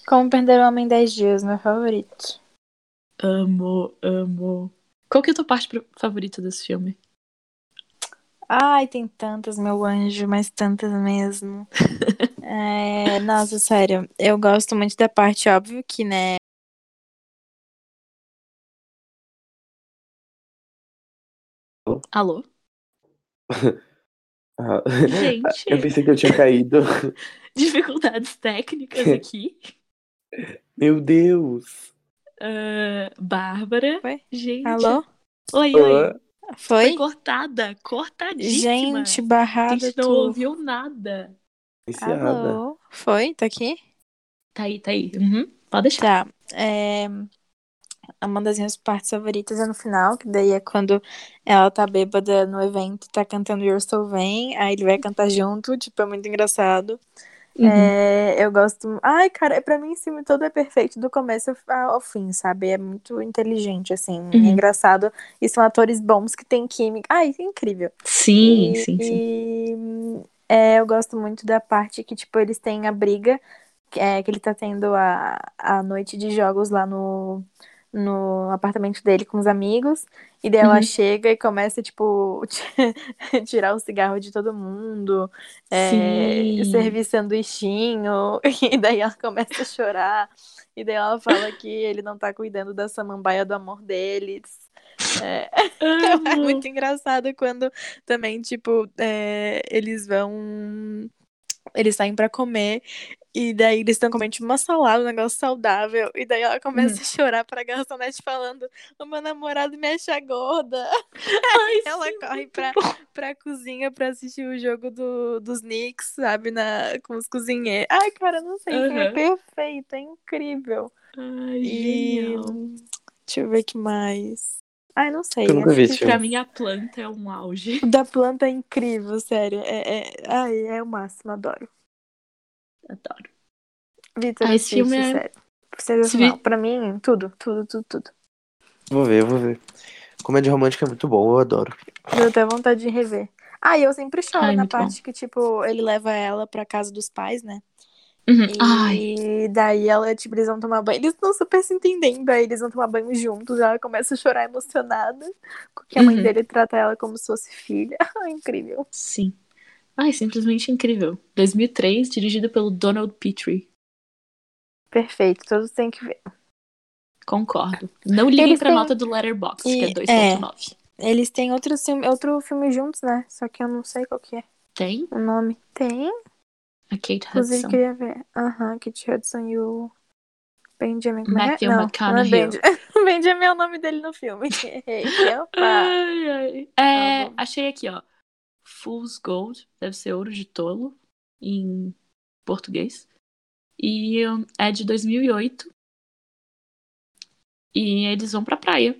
D: Como Perder o Homem em 10 Dias, meu favorito.
A: Amo, amo. Qual que é a tua parte pro- favorita desse filme?
D: Ai, tem tantas, meu anjo, mas tantas mesmo. É, nossa, sério, eu gosto muito da parte, óbvio, que, né?
A: Alô?
B: Ah, eu
A: Gente,
B: pensei que eu tinha caído.
A: dificuldades técnicas aqui.
B: Meu Deus.
A: Ah, Bárbara.
D: Oi?
A: Gente.
D: Alô?
A: Oi, oi.
B: Ah,
D: Foi?
A: Foi cortada, cortadíssima.
D: Gente,
A: a
D: barrada
A: gente não
D: tu.
A: ouviu nada.
B: viciada.
D: Alô? Foi? Tá aqui?
A: Tá aí, tá aí. Uhum. Pode deixar.
D: Tá. É... Uma das minhas partes favoritas é no final, que daí é quando ela tá bêbada no evento, tá cantando You're So Vain, aí ele vai cantar junto, tipo, é muito engraçado.
A: Uhum.
D: É, eu gosto. Ai, cara, pra mim esse filme todo é perfeito do começo ao ao fim, sabe? É muito inteligente, assim, é
A: Uhum.
D: engraçado. E são atores bons que têm química. Ai, é incrível.
A: Sim,
D: E-
A: sim, sim.
D: E hum, é, eu gosto muito da parte que, tipo, eles têm a briga, que, é, que ele tá tendo a, a noite de jogos lá no, no apartamento dele com os amigos. E daí ela
A: Uhum.
D: chega e começa, tipo, tirar o cigarro de todo mundo, é,
A: Sim.
D: servir sanduichinho, e daí ela começa a chorar. E daí ela fala que ele não tá cuidando da samambaia do amor deles. É, é
A: Amo.
D: muito engraçado quando também, tipo, é, eles vão. Eles saem pra comer e daí eles estão comendo tipo, uma salada, um negócio saudável. E daí ela
A: Uhum.
D: começa a chorar pra garçonete falando: O meu namorado me acha gorda.
A: Ai,
D: Ela
A: sim,
D: corre
A: muito
D: pra,
A: bom.
D: pra cozinha pra assistir o jogo do, dos Knicks, sabe? Na, com os cozinheiros. Ai, cara, não sei. esse filme É
A: Aham.
D: perfeito, é incrível.
A: Ai,
D: E.
A: genial.
D: Deixa eu ver o que mais. Ai, não sei.
B: Eu nunca
D: acho
B: vi
D: que-
B: esse filme.
A: Pra mim, a planta é um auge.
D: o Da planta é incrível, sério. É, é, ai, é o máximo, adoro.
A: Adoro.
D: Vitor,
A: Ah, esse
D: assiste,
A: filme é-
D: sério. Sensacional.
A: Esse
D: Pra mim, tudo, tudo, tudo, tudo.
B: Vou ver, vou ver. Comédia romântica é muito bom, eu adoro.
D: Deu até vontade de rever. Ah, e eu sempre choro
A: Ai,
D: na
A: muito bom.
D: parte que, tipo, ele leva ela pra casa dos pais, né?
A: Uhum.
D: E
A: Ai,
D: daí ela, tipo, eles vão tomar banho. Eles estão super se entendendo, aí eles vão tomar banho juntos. Ela começa a chorar emocionada, porque a mãe
A: Uhum.
D: dele trata ela como se fosse filha. Ai, incrível.
A: sim. Ai, simplesmente incrível. 2003, dirigido pelo Donald Petrie.
D: Perfeito, todos têm que ver.
A: Concordo. Não liguem
D: Eles
A: pra
D: têm-
A: nota do Letterboxd, que é
D: E-
A: 2.9.
D: Eles têm outro filme, outro filme juntos, né? Só que eu não sei qual que é
A: Tem
D: o nome. Tem?
A: a Kate
D: Inclusive,
A: Hudson.
D: queria ver. Aham, Kit Hudson e o Benjamin. como é que
A: Matthew
D: é? Não, não é
A: McConaughey.
D: Benjamin. Benjamin é o nome dele no filme. Errei. Opa.
A: Ai, ai.
D: Tá
A: Ah. É,
D: bom.
A: achei aqui, ó. Fool's Gold, deve ser ouro de tolo em português. E um, é de 2008. E eles vão pra praia.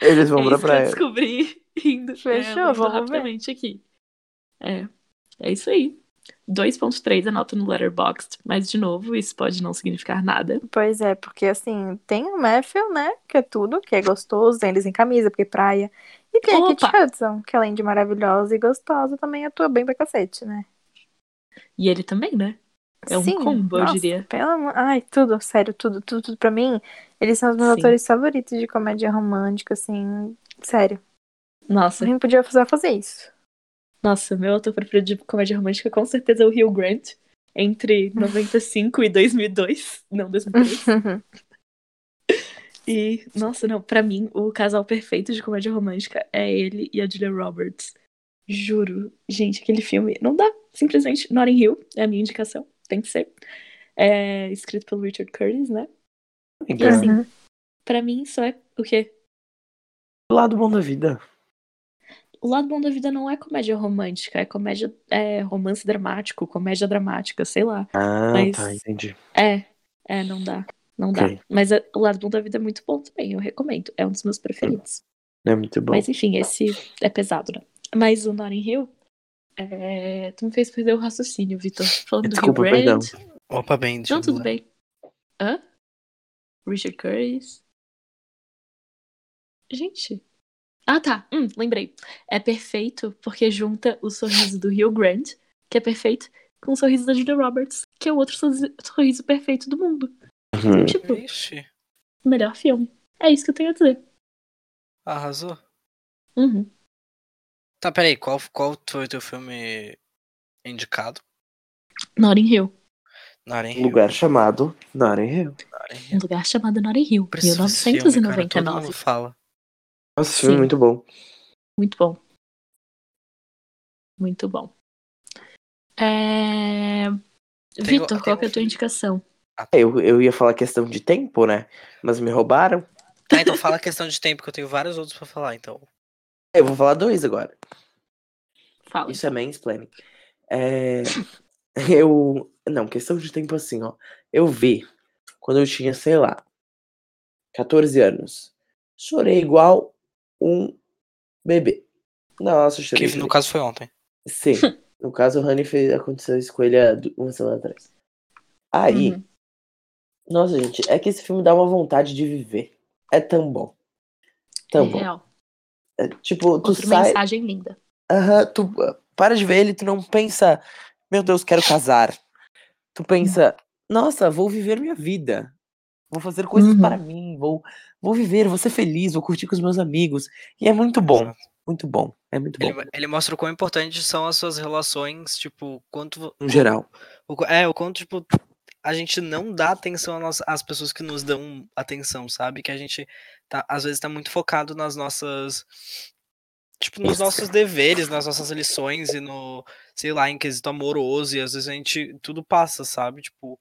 B: Eles vão
A: é
B: pra
A: isso que eu
B: praia.
D: É
A: É descobri indo.
D: Fechou,
A: é, lendo
D: vamos ver.
A: rapidamente aqui. É, é isso aí. 2.3 a nota no Letterboxd, mas de novo, isso pode não significar nada.
D: Pois é, porque assim, tem o Matthew, né? Que é tudo, que é gostoso, tem eles em camisa, porque é praia. E tem a Kit
A: Opa!
D: Hudson, que além de maravilhosa e gostosa, também atua bem pra cacete, né?
A: E ele também, né? É um
D: Sim,
A: combo, eu
D: nossa,
A: diria.
D: Pelo amor... Ai, tudo, sério, tudo, tudo, tudo pra mim. Eles são os meus
A: Sim.
D: atores favoritos de comédia romântica, assim. Sério,
A: Nossa,
D: nem podia só fazer isso.
A: nossa, meu ator preferido de comédia romântica com certeza é o Hugh Grant. Entre 95 e 2002. Não, 2003. E, nossa, não, pra mim, o casal perfeito de comédia romântica é ele e a Julia Roberts. Juro. Gente, aquele filme não dá. Simplesmente Notting Hill é a minha indicação. Tem que ser. É escrito pelo Richard Curtis, né? E assim,
D: Uhum.
A: pra mim só é o quê?
B: Do lado bom da vida.
A: O lado bom da vida não é comédia romântica, é comédia, é romance dramático, comédia dramática, sei lá.
B: Ah,
A: Mas-
B: tá, entendi.
A: É, é, não dá. Não dá.
B: Ok.
A: Mas é, o lado bom da vida é muito bom também, eu recomendo. É um dos meus preferidos.
B: É muito bom.
A: Mas enfim, esse é pesado, né? Mas o Notting Hill. é, Tu me fez perder o raciocínio, Vitor. Falando
B: Desculpa,
A: do Hugh Grant.
B: perdão.
C: Opa, bem. deixa
A: Não,
C: eu
A: tudo
C: lá.
A: bem. Hã? Richard Curtis. Gente. Ah, tá. Hum, lembrei. É perfeito porque junta o sorriso do Hugh Grant, que é perfeito, com o sorriso da Julia Roberts, que é o outro sorriso, sorriso perfeito do mundo.
B: Uhum.
A: Tipo,
C: Ixi,
A: melhor filme. É isso que eu tenho a dizer.
C: arrasou.
A: Uhum.
C: Tá, peraí, qual, qual foi o teu filme indicado?
A: Notting Hill.
C: Naren
B: Um lugar chamado Notting Hill.
A: Um lugar chamado Notting Hill,
C: Preciso ver esse filme, cara, todo
A: 1999.
C: mundo fala.
B: Nossa, esse filme é
A: Sim.
B: muito bom.
A: Muito bom. Muito bom. É...
C: Tem o-
A: Vitor,
C: tem
A: qual
C: um
A: que é a tua
C: filme-
A: indicação?
B: É, Eu, eu ia falar questão de tempo, né? Mas me roubaram.
C: Tá, então fala a questão de tempo, que eu tenho vários outros pra falar, então.
B: Eu vou falar dois agora.
A: Fala.
B: Isso é mansplaining. É... Eu... Não, questão de tempo assim, ó. Eu vi quando eu tinha, sei lá, 14 anos. Chorei igual um bebê. Nossa, eu chorei.
C: Que no
B: chorei.
C: caso foi ontem.
B: Sim. No caso, o Honey fez, aconteceu a escolha du- uma semana atrás. Aí,
A: Uhum.
B: nossa, gente, é que esse filme dá uma vontade de viver. É tão bom.
A: É
B: Tão Tá bom.
A: real.
B: É, tipo, tu
A: Outra
B: sai.
A: mensagem linda.
B: Aham, tu ah, para de ver ele, tu não pensa, meu Deus, quero casar. Tu pensa, nossa, vou viver minha vida. Vou fazer coisas
A: Uhum.
B: para mim, vou, vou viver, vou ser feliz, vou curtir com os meus amigos. E é muito bom,
C: Exato.
B: muito bom, é muito bom,
C: Ele, ele mostra o quão importantes são as suas relações, tipo, quanto. vo-
B: no geral.
C: o qu- é, o quanto, tipo, a gente não dá atenção às nossas- às pessoas que nos dão atenção, sabe? Que a gente, tá, às vezes, tá muito focado nas nossas. Tipo, nos
B: Isso.
C: nossos deveres, nas nossas lições e no, sei lá, em quesito amoroso, e às vezes a gente. Tudo passa, sabe? Tipo,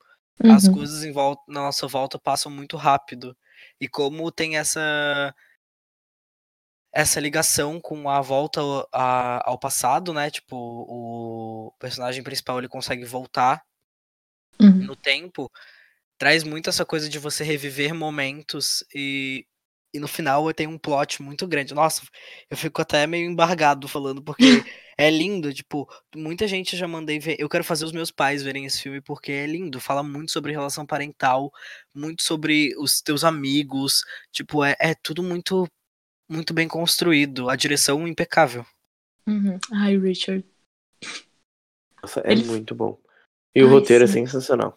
C: as
A: Uhum.
C: coisas em volta, na nossa volta passam muito rápido. E como tem essa essa ligação com a volta ao- a- ao passado, né? Tipo, o personagem principal ele consegue voltar
A: Uhum.
C: no tempo, traz muito essa coisa de você reviver momentos e e no final tem um plot muito grande. Nossa, eu fico até meio embargado falando, porque é lindo. Tipo, muita gente já mandei ver. Eu quero fazer os meus pais verem esse filme, porque é lindo. Fala muito sobre relação parental, muito sobre os teus amigos. Tipo, é, é tudo muito, muito bem construído. A direção impecável.
A: Uhum. Ai, Richard.
B: Nossa, é
A: Ele-
B: muito bom. E o
A: Ai,
B: roteiro
A: sim.
B: é sensacional.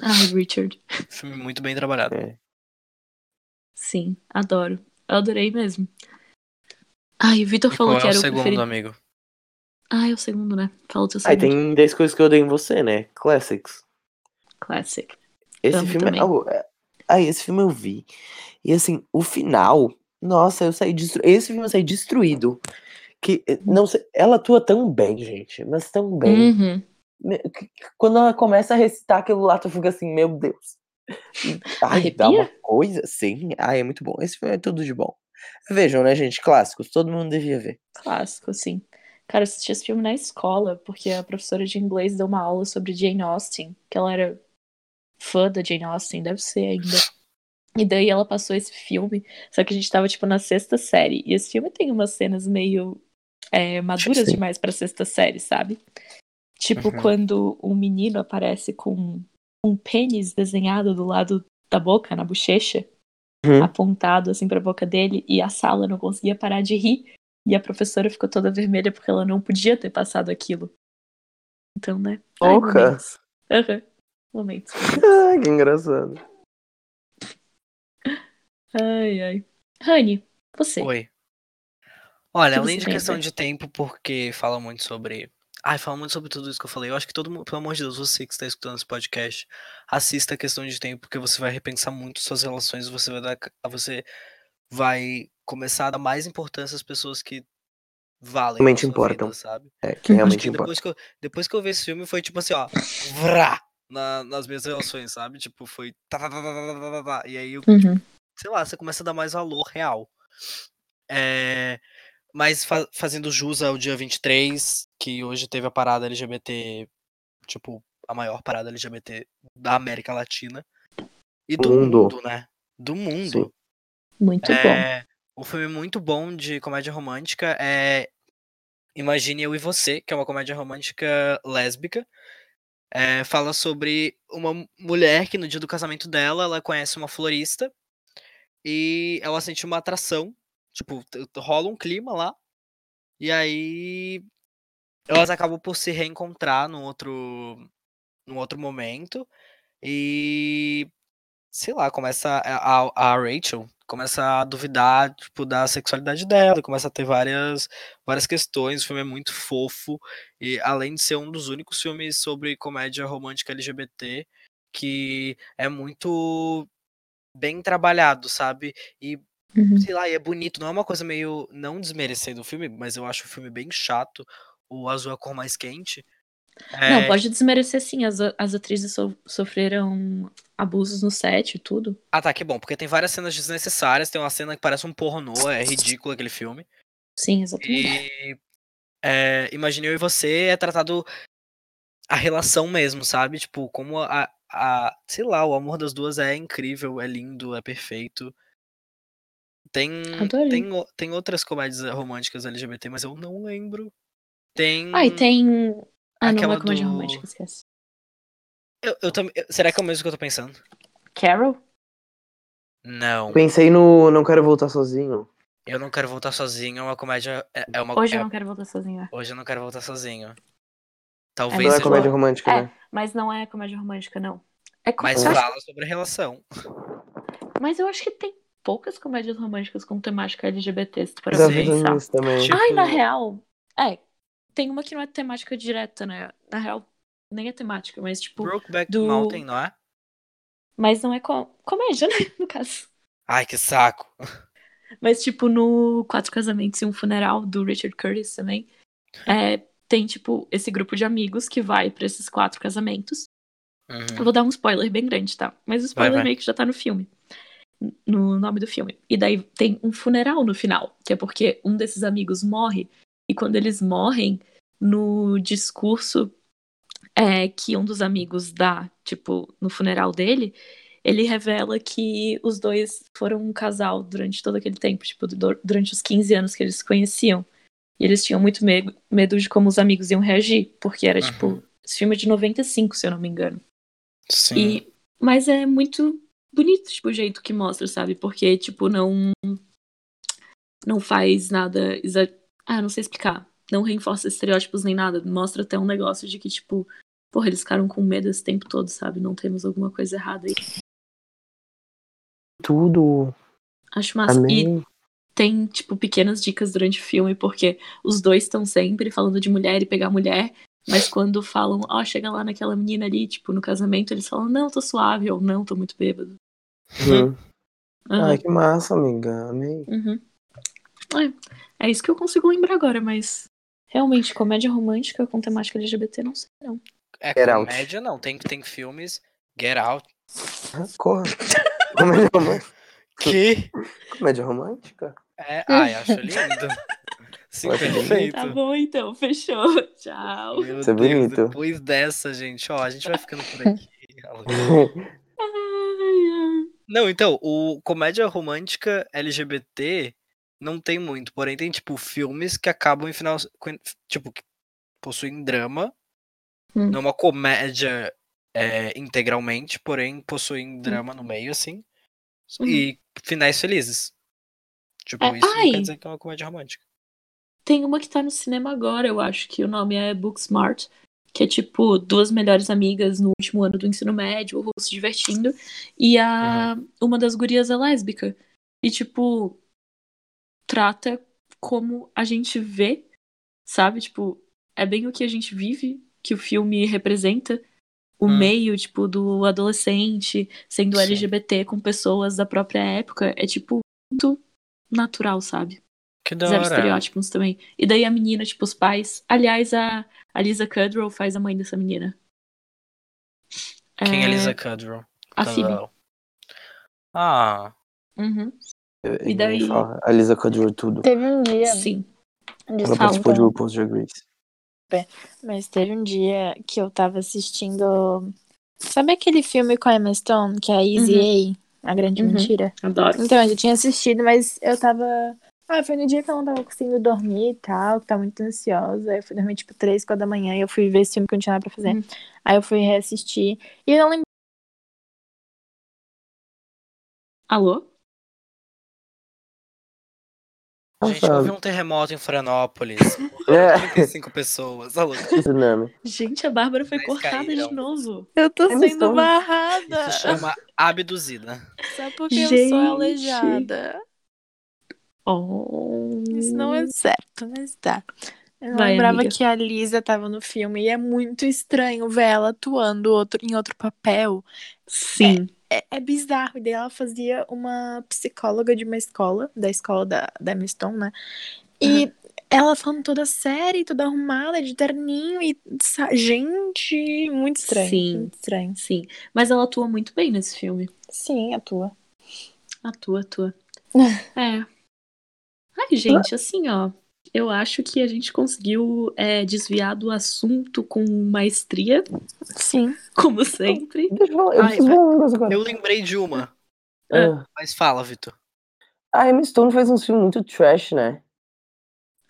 A: Ai, Richard.
C: Filme muito bem trabalhado.
B: É.
A: Sim, adoro. Eu adorei mesmo. Ai, o Vitor
C: E
A: falou
C: qual
A: que
C: é o
A: era o
C: segundo,
A: preferido.
C: amigo?
A: Ai, é o segundo, né? Fala o teu
B: Aí
A: segundo.
B: tem 10 coisas que eu odeio em você, né? Classics.
A: Classic.
B: Esse
A: Amo
B: filme
A: também.
B: é algo. é- Aí, esse filme eu vi. E assim, o final. Nossa, eu saí destruído. Esse filme eu saí destruído. Que,
A: Hum.
B: eh, não sei, ela atua tão bem, gente. Mas tão bem.
A: Uhum.
B: Me- que- que- Quando ela começa a recitar aquilo lá, tu fica assim, meu Deus. E, Ai, dá uma coisa. Sim, ai, é muito bom. Esse filme é tudo de bom. Vejam, né, gente? Clássicos. Todo mundo devia ver.
A: Clássico, sim. Cara, eu assisti esse filme na escola, porque a professora de inglês deu uma aula sobre Jane Austen, que ela era fã da Jane Austen, deve ser ainda. E daí ela passou esse filme, só que a gente tava, tipo, na sexta série. E esse filme tem umas cenas meio é, maduras
B: Sim.
A: demais pra sexta série, sabe? Tipo
C: Uhum.
A: quando um menino aparece com um pênis desenhado do lado da boca, na bochecha,
B: Uhum.
A: apontado assim pra boca dele, e a sala não conseguia parar de rir, e a professora ficou toda vermelha porque ela não podia ter passado aquilo. Então, né? Ai,
B: Louca.
A: momentos. Aham. Momentos.
B: Ah, que engraçado.
A: Ai, ai. Rani, você.
C: Oi. Olha,
A: que
C: além
A: você
C: de questão
A: lembra?
C: de tempo, porque fala muito sobre. Ai, fala muito sobre tudo isso que eu falei. Eu acho que todo mundo, pelo amor de Deus, você que está escutando esse podcast, assista a questão de tempo, porque você vai repensar muito suas relações, você vai dar. Você vai começar a dar mais importância às pessoas que valem. na
B: Realmente
C: sua vida,
B: importam.
C: sabe?
B: É, que
C: Acho
B: realmente
C: que
B: importa.
C: depois que, eu, depois que eu vi esse filme, foi tipo assim, ó. Vrá! na- nas minhas relações, sabe? Tipo, foi. tá, tá, tá, tá, tá, tá, tá, tá, E aí eu
A: Uhum.
C: sei lá, você começa a dar mais valor real. É, mas fa- fazendo jus ao dia 23, que hoje teve a parada LGBT, tipo, a maior parada LGBT da América Latina. E do
B: Mundo.
C: mundo, né? Do mundo.
A: Muito bom.
C: É, um filme muito bom de comédia romântica é Imagine Eu e Você, que é uma comédia romântica lésbica. É, fala sobre uma mu- mulher que no dia do casamento dela, ela conhece uma florista e ela sente uma atração. Tipo, t- t- rola um clima lá. E aí elas acabam por se reencontrar num outro, num outro momento. E sei lá, começa a, a- a Rachel começa a duvidar, tipo, da sexualidade dela, começa a ter várias, várias questões, o filme é muito fofo, e além de ser um dos únicos filmes sobre comédia romântica LGBT, que é muito bem trabalhado, sabe? E,
A: Uhum.
C: sei lá, e é bonito, não é uma coisa meio, não desmerecendo o filme, mas eu acho o filme bem chato, o azul é a cor mais quente.
A: Não,
C: É,
A: pode desmerecer sim. As, as atrizes so- sofreram abusos no set e tudo.
C: Ah, tá, que bom, porque tem várias cenas desnecessárias, tem uma cena que parece um pornô, é ridículo aquele filme.
A: Sim, exatamente.
C: E é, Imagine Eu e Você é tratado a relação mesmo, sabe? Tipo, como a, a. Sei lá, o amor das duas é incrível, é lindo, é perfeito. Tem,
A: Adorei.
C: tem, o- tem outras comédias românticas LGBT, mas eu não lembro. Tem.
A: Ah, e tem. Ah, não
C: hum, Aquela
A: é comédia
C: do-
A: romântica, esquece.
C: Eu, eu também- eu- será que é o mesmo que eu tô pensando?
A: Carol?
C: Não.
B: Pensei no Não Quero Voltar Sozinho.
C: Eu não quero voltar sozinho, é uma comédia. É, é uma,
A: Hoje
C: é-
A: eu não quero voltar sozinha.
C: Hoje eu não quero voltar sozinho.
A: Bem
B: É, Não
C: Talvez
B: é
A: sexual.
B: comédia romântica,
A: É.
B: né?
A: Mas não é comédia romântica, não. É com...
C: mas
A: eu acho-
C: fala sobre a relação.
A: Mas eu acho que tem poucas comédias românticas com temática LGBT, se tu parar
B: Já
A: pra
C: Sim.
B: vi
A: pensar.
B: nisso também.
C: Tipo-
A: Ai, na real. É, tem uma que não é temática direta, né? Na real, nem é temática, mas tipo.
C: Brokeback
A: do-
C: Mountain, não é?
A: Mas não é co- comédia, né? No caso.
C: Ai, que saco.
A: Mas, tipo, no Quatro Casamentos e um Funeral, do Richard Curtis também, é, tem, tipo, esse grupo de amigos que vai pra esses quatro casamentos. Eu
C: Uhum.
A: vou dar um spoiler bem grande, tá? Mas o
C: Vai,
A: spoiler
C: vai.
A: meio que já tá no filme. No nome do filme. E daí tem um funeral no final, que é porque um desses amigos morre, e quando eles morrem, no discurso é, que um dos amigos dá, tipo, no funeral dele, ele revela que os dois foram um casal durante todo aquele tempo, tipo, du- durante os 15 anos que eles se conheciam. E eles tinham muito medo, medo de como os amigos iam reagir, porque era, tipo, esse filme é de 95, se eu não me engano.
C: Sim.
A: E, mas é muito bonito, tipo, o jeito que mostra, sabe? Porque, tipo, não. Não faz nada. exa- Ah, não sei explicar. Não reforça estereótipos nem nada. Mostra até um negócio de que, tipo, porra, eles ficaram com medo esse tempo todo, sabe? Não temos alguma coisa errada aí.
B: Tudo.
A: Acho massa. E
B: Amém.
A: tem, tipo, pequenas dicas durante o filme, porque os dois estão sempre falando de mulher e pegar mulher, mas quando falam, ó, chega lá naquela menina ali, tipo, no casamento, eles falam, não, tô suave, ou não, tô muito bêbado.
B: Uhum.
A: Aham.
B: Ai, que massa, amiga. Amei.
A: Uhum. É, é isso que eu consigo lembrar agora, mas realmente, comédia romântica com temática LGBT, não sei, não.
C: É
B: Get Out.
C: comédia, não. Tem, tem filmes. Get Out.
B: Corra. Ah, Comédia romântica.
C: Que?
B: Comédia romântica?
C: É, ai, acho lindo. Sim,
B: Acho lindo.
C: perfeito.
A: Tá bom, então, fechou. Tchau.
C: Meu
B: Isso é
C: Deus,
B: bonito.
C: depois dessa, gente, ó, a gente vai ficando por aqui.
A: Ai, ai.
C: Não, então, o comédia romântica LGBT não tem muito. Porém, tem, tipo, filmes que acabam em final. com- Tipo, que possuem drama.
A: Hum.
C: Não é uma comédia é, integralmente, porém possuem drama no meio, assim.
A: Hum. Uhum.
C: E finais felizes. Tipo,
A: É,
C: isso não
A: ai.
C: quer dizer que é uma comédia romântica.
A: Tem uma que tá no cinema agora, eu acho, que o nome é Booksmart, que é tipo duas melhores amigas no último ano do ensino médio, o se divertindo, e a
C: Uhum.
A: uma das gurias é lésbica. E tipo, trata como a gente vê, sabe? Tipo, é bem o que a gente vive, que o filme representa. O
C: Hum.
A: meio, tipo, do adolescente sendo
C: Sim.
A: LGBT com pessoas da própria época. É, tipo, muito natural, sabe?
C: Que da
A: Zero
C: hora.
A: estereótipos também. E daí a menina, tipo, os pais. Aliás, a, a Lisa Kudrow faz a mãe dessa menina.
C: Quem é Lisa Kudrow?
A: A
C: Tá
A: Phoebe.
C: legal. Ah,
A: Uhum,
B: E
A: daí?
B: A Lisa Kudrow tudo.
D: Teve um dia.
A: Sim.
B: Ela
A: Fala,
B: participou de
D: Desculpa,
B: RuPaul's Drag Race.
D: mas teve um dia que eu tava assistindo. Sabe aquele filme com a Emma Stone, que é a Easy A, A Grande
A: Uhum.
D: Mentira?
A: Adoro.
D: Então, eu já tinha assistido, mas eu tava. Ah, foi no dia que eu não tava conseguindo dormir e tal, que tava muito ansiosa. Eu fui dormir tipo 3, 4 da manhã e eu fui ver esse filme que eu não tinha nada pra fazer.
A: Uhum.
D: Aí eu fui reassistir. E eu não lembro.
A: Alô? Tá
C: gente, houve um terremoto em Florianópolis.
B: É.
C: 35 pessoas. tá Alô,
B: Tsunami.
A: Gente, a Bárbara foi
C: Mas
A: cortada de
C: caíram.
A: novo.
D: Eu tô
B: Emma
D: sendo
B: Stone.
D: barrada.
C: isso chama abduzida.
D: Só porque eu
A: Gente.
D: sou aleijada.
A: Oh.
D: Isso não é certo, mas tá. Eu não
A: Vai,
D: lembrava
A: amiga.
D: que a Lisa tava no filme e é muito estranho ver ela atuando outro, em outro papel.
A: Sim.
D: É, é bizarro. E daí ela fazia uma psicóloga de uma escola, da escola da, da Emma Stone, né? E ela falando toda séria e toda arrumada, de terninho e. sa- Gente, muito estranho.
A: Sim.
D: Muito estranho.
A: Sim. Mas ela atua muito bem nesse filme.
D: Sim, atua.
A: Atua, atua. é. Ai, gente, assim, ó. Eu acho que a gente conseguiu é, desviar do assunto com maestria,
D: Sim.
A: como sempre.
B: Deixa eu falar, eu
C: Ai,
B: preciso
C: vai.
B: falar um negócio agora.
C: Eu lembrei de uma,
B: Ah,
C: mas fala, Vitor.
B: A Emma Stone faz um filme muito trash, né?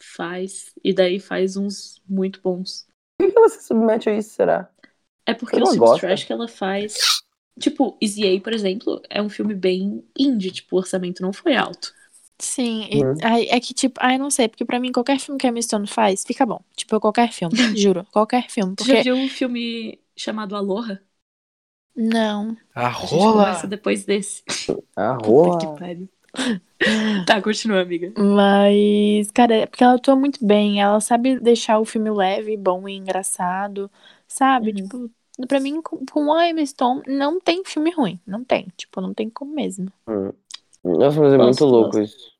A: Faz, e daí faz uns muito bons.
B: Por que ela se submete a isso, será?
A: É porque
B: Eu
A: os
B: não
A: filmes
B: gosto.
A: trash que ela faz. Tipo, Easy A, por exemplo, é um filme bem indie, tipo, o orçamento não foi alto.
D: Sim. e-
B: Hum.
D: ai, é que, tipo, ai, não sei, porque pra mim qualquer filme que a Emma Stone faz, fica bom. Tipo, qualquer filme, juro. Qualquer filme.
A: Tu já
D: Porque.
A: viu um filme chamado Aloha?
D: Não.
C: A
A: A gente conversa depois desse.
B: Ah,
A: Puta
B: rola.
A: É que pariu. Tá, continua, amiga.
D: Mas, cara, é porque ela atua muito bem. Ela sabe deixar o filme leve, bom e engraçado, sabe?
A: Uhum.
D: Tipo, pra mim, com, com a Emma Stone, não tem filme ruim. Não tem. Tipo, não tem como mesmo.
B: Hum. Nossa, mas é
A: Gosto,
B: muito louco isso.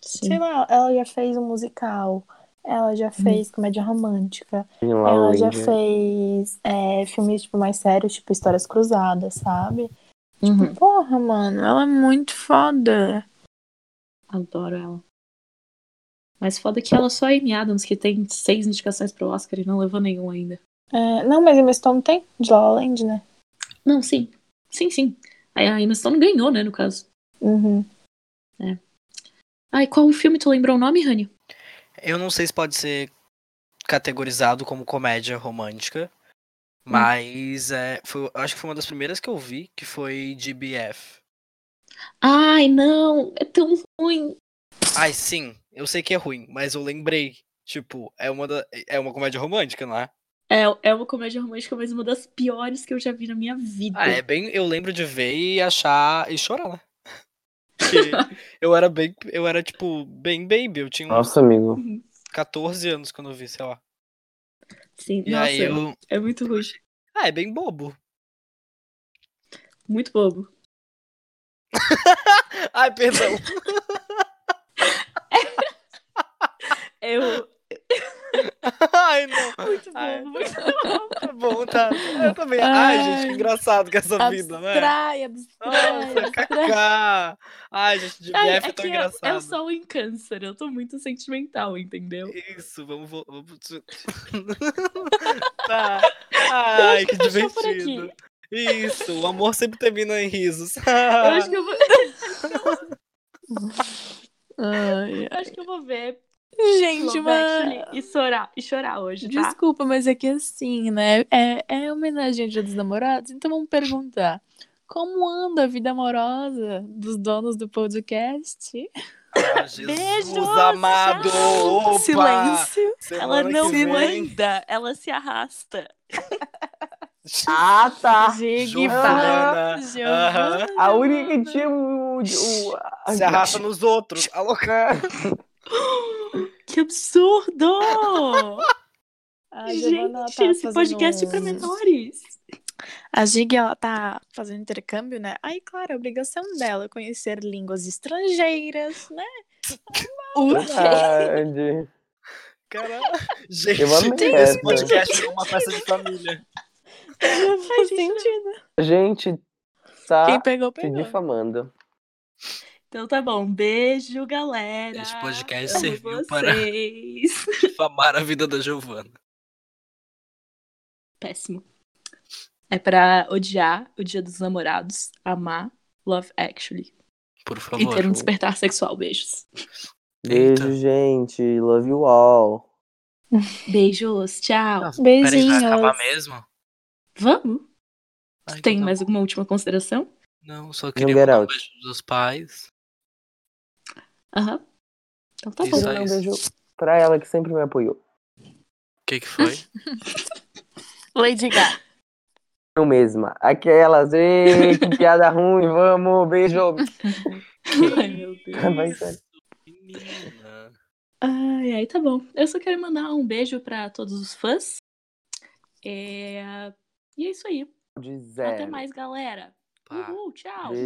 D: Sei
A: Sim.
D: lá, ela já fez um musical. Ela já fez comédia romântica.
B: Em La
D: ela já
B: Ranger.
D: fez é, filmes, tipo, mais sérios, tipo Histórias Cruzadas, sabe?
A: Uhum.
D: Porra, mano, ela é muito foda.
A: Adoro ela. Mas foda que ela só é Amy Adams, que tem seis indicações pro Oscar e não levou nenhum ainda.
D: É, não, mas a Emma Stone tem de La La Land, né?
A: Não, sim. Sim, sim. Aí a Emma Stone ganhou, né, no caso.
D: Uhum.
A: Ai, qual o filme tu lembrou o nome, Rani?
C: Eu não sei se pode ser categorizado como comédia romântica, mas é, foi- acho que foi uma das primeiras que eu vi, que foi GBF.
A: Ai, não, é tão ruim.
C: Ai, sim, eu sei que é ruim, mas eu lembrei. Tipo, é uma, da- é uma comédia romântica, não é?
A: É, é uma comédia romântica, mas uma das piores que eu já vi na minha vida.
C: Ah, é bem. Eu lembro de ver e achar. e chorar, né? Porque eu era bem. Eu era, tipo, bem baby. Eu tinha uns
B: Nossa, amigo.
C: 14 anos quando eu vi, sei lá.
A: Sim,
C: E
A: nossa,
C: aí eu.
A: é muito ruim.
C: Ah, é bem bobo.
A: Muito bobo.
C: Ai, perdão.
A: Eu.
C: Ai, não.
A: Muito bobo,
C: Ai,
A: muito
C: Tá bom, tá. Eu também. Ai, gente, que
D: Ai.
C: engraçado que é essa vida, né?
D: Abstrai, abstrai.
C: Nossa, kaká. Ai, gente, de
A: Ai,
C: BF é
A: é
C: tão
A: que eu, eu
C: engraçado.
A: sou em câncer, eu tô muito sentimental, entendeu?
C: Isso, vamos. vo- vamos... tá. Ai,
A: acho
C: que
A: que fechou por aqui.
C: divertido. Isso, o ah. amor sempre termina em risos.
A: Eu acho que eu vou.
D: Ai,
A: Acho que eu vou ver
D: gente,
A: Love
D: uma...
A: Actually e chorar, e chorar hoje, tá?
D: Desculpa, mas é que assim, né? É, é homenagem ao Dia dos Namorados, então vamos perguntar. Como anda a vida amorosa dos donos do podcast? tá
C: Ah, Jesus
D: Beijos,
C: amado! Opa!
D: Silêncio.
A: Ela
C: Semana
A: não
C: que vem.
A: anda, ela se arrasta.
B: Ah, tá.
A: Digiba.
B: Giba.
C: Giovana.
D: Giovana.
C: aham.
B: A única que tinha o. o- o- a-
C: Se arrasta nos outros. Alô, cara.
A: Que absurdo!
D: A Giovana
A: Gente,
D: tá
A: esse
D: fazendo
A: podcast é pra
D: um-
A: menores.
D: A Gig, ela tá fazendo intercâmbio, né? Aí, claro, é obrigação dela é conhecer línguas estrangeiras, né?
B: Verdade.
C: Caralho. Gente,
B: Eu amei
C: esse
B: essa.
C: podcast é uma festa de família.
D: Faz
A: gente, né?
D: sentido.
B: Gente, tá
D: Quem pegou,
B: se
D: pegou.
B: difamando.
A: Então tá bom, beijo, galera.
C: Esse podcast
A: Amo
C: serviu
A: vocês.
C: para difamar a vida da Giovana.
A: Péssimo. É pra odiar o Dia dos Namorados, amar Love Actually
C: Por
A: e
C: favor.
A: ter um despertar sexual. Beijos.
B: Beijo, gente. Love you all.
A: Beijos, tchau.
C: Nossa, Peraí, vai
D: Beijinhos.
C: acabar mesmo?
A: Vamos?
C: Ah, então
A: Tem
C: tá
A: mais alguma última consideração?
C: bom. Não, só queria
B: get
C: mandar um
B: out.
C: beijo pros meus pais.
A: Aham. Então tá
C: Isso
A: bom.
B: Queria mandar um
C: isso.
B: beijo pra ela que sempre me apoiou.
C: O que que foi?
D: Lady Gaga.
B: Eu mesma. Aquelas, ei, que piada ruim, vamos, beijo.
A: Ai, meu Deus.
B: Vai, sério.
C: Menina.
A: Ai, ai, tá bom. Eu só quero mandar um beijo pra todos os fãs. É... E é isso aí.
B: De
A: Até
B: zero.
A: mais, galera.
C: Pá. Tá.
A: Uhul, tchau.
B: Beijo.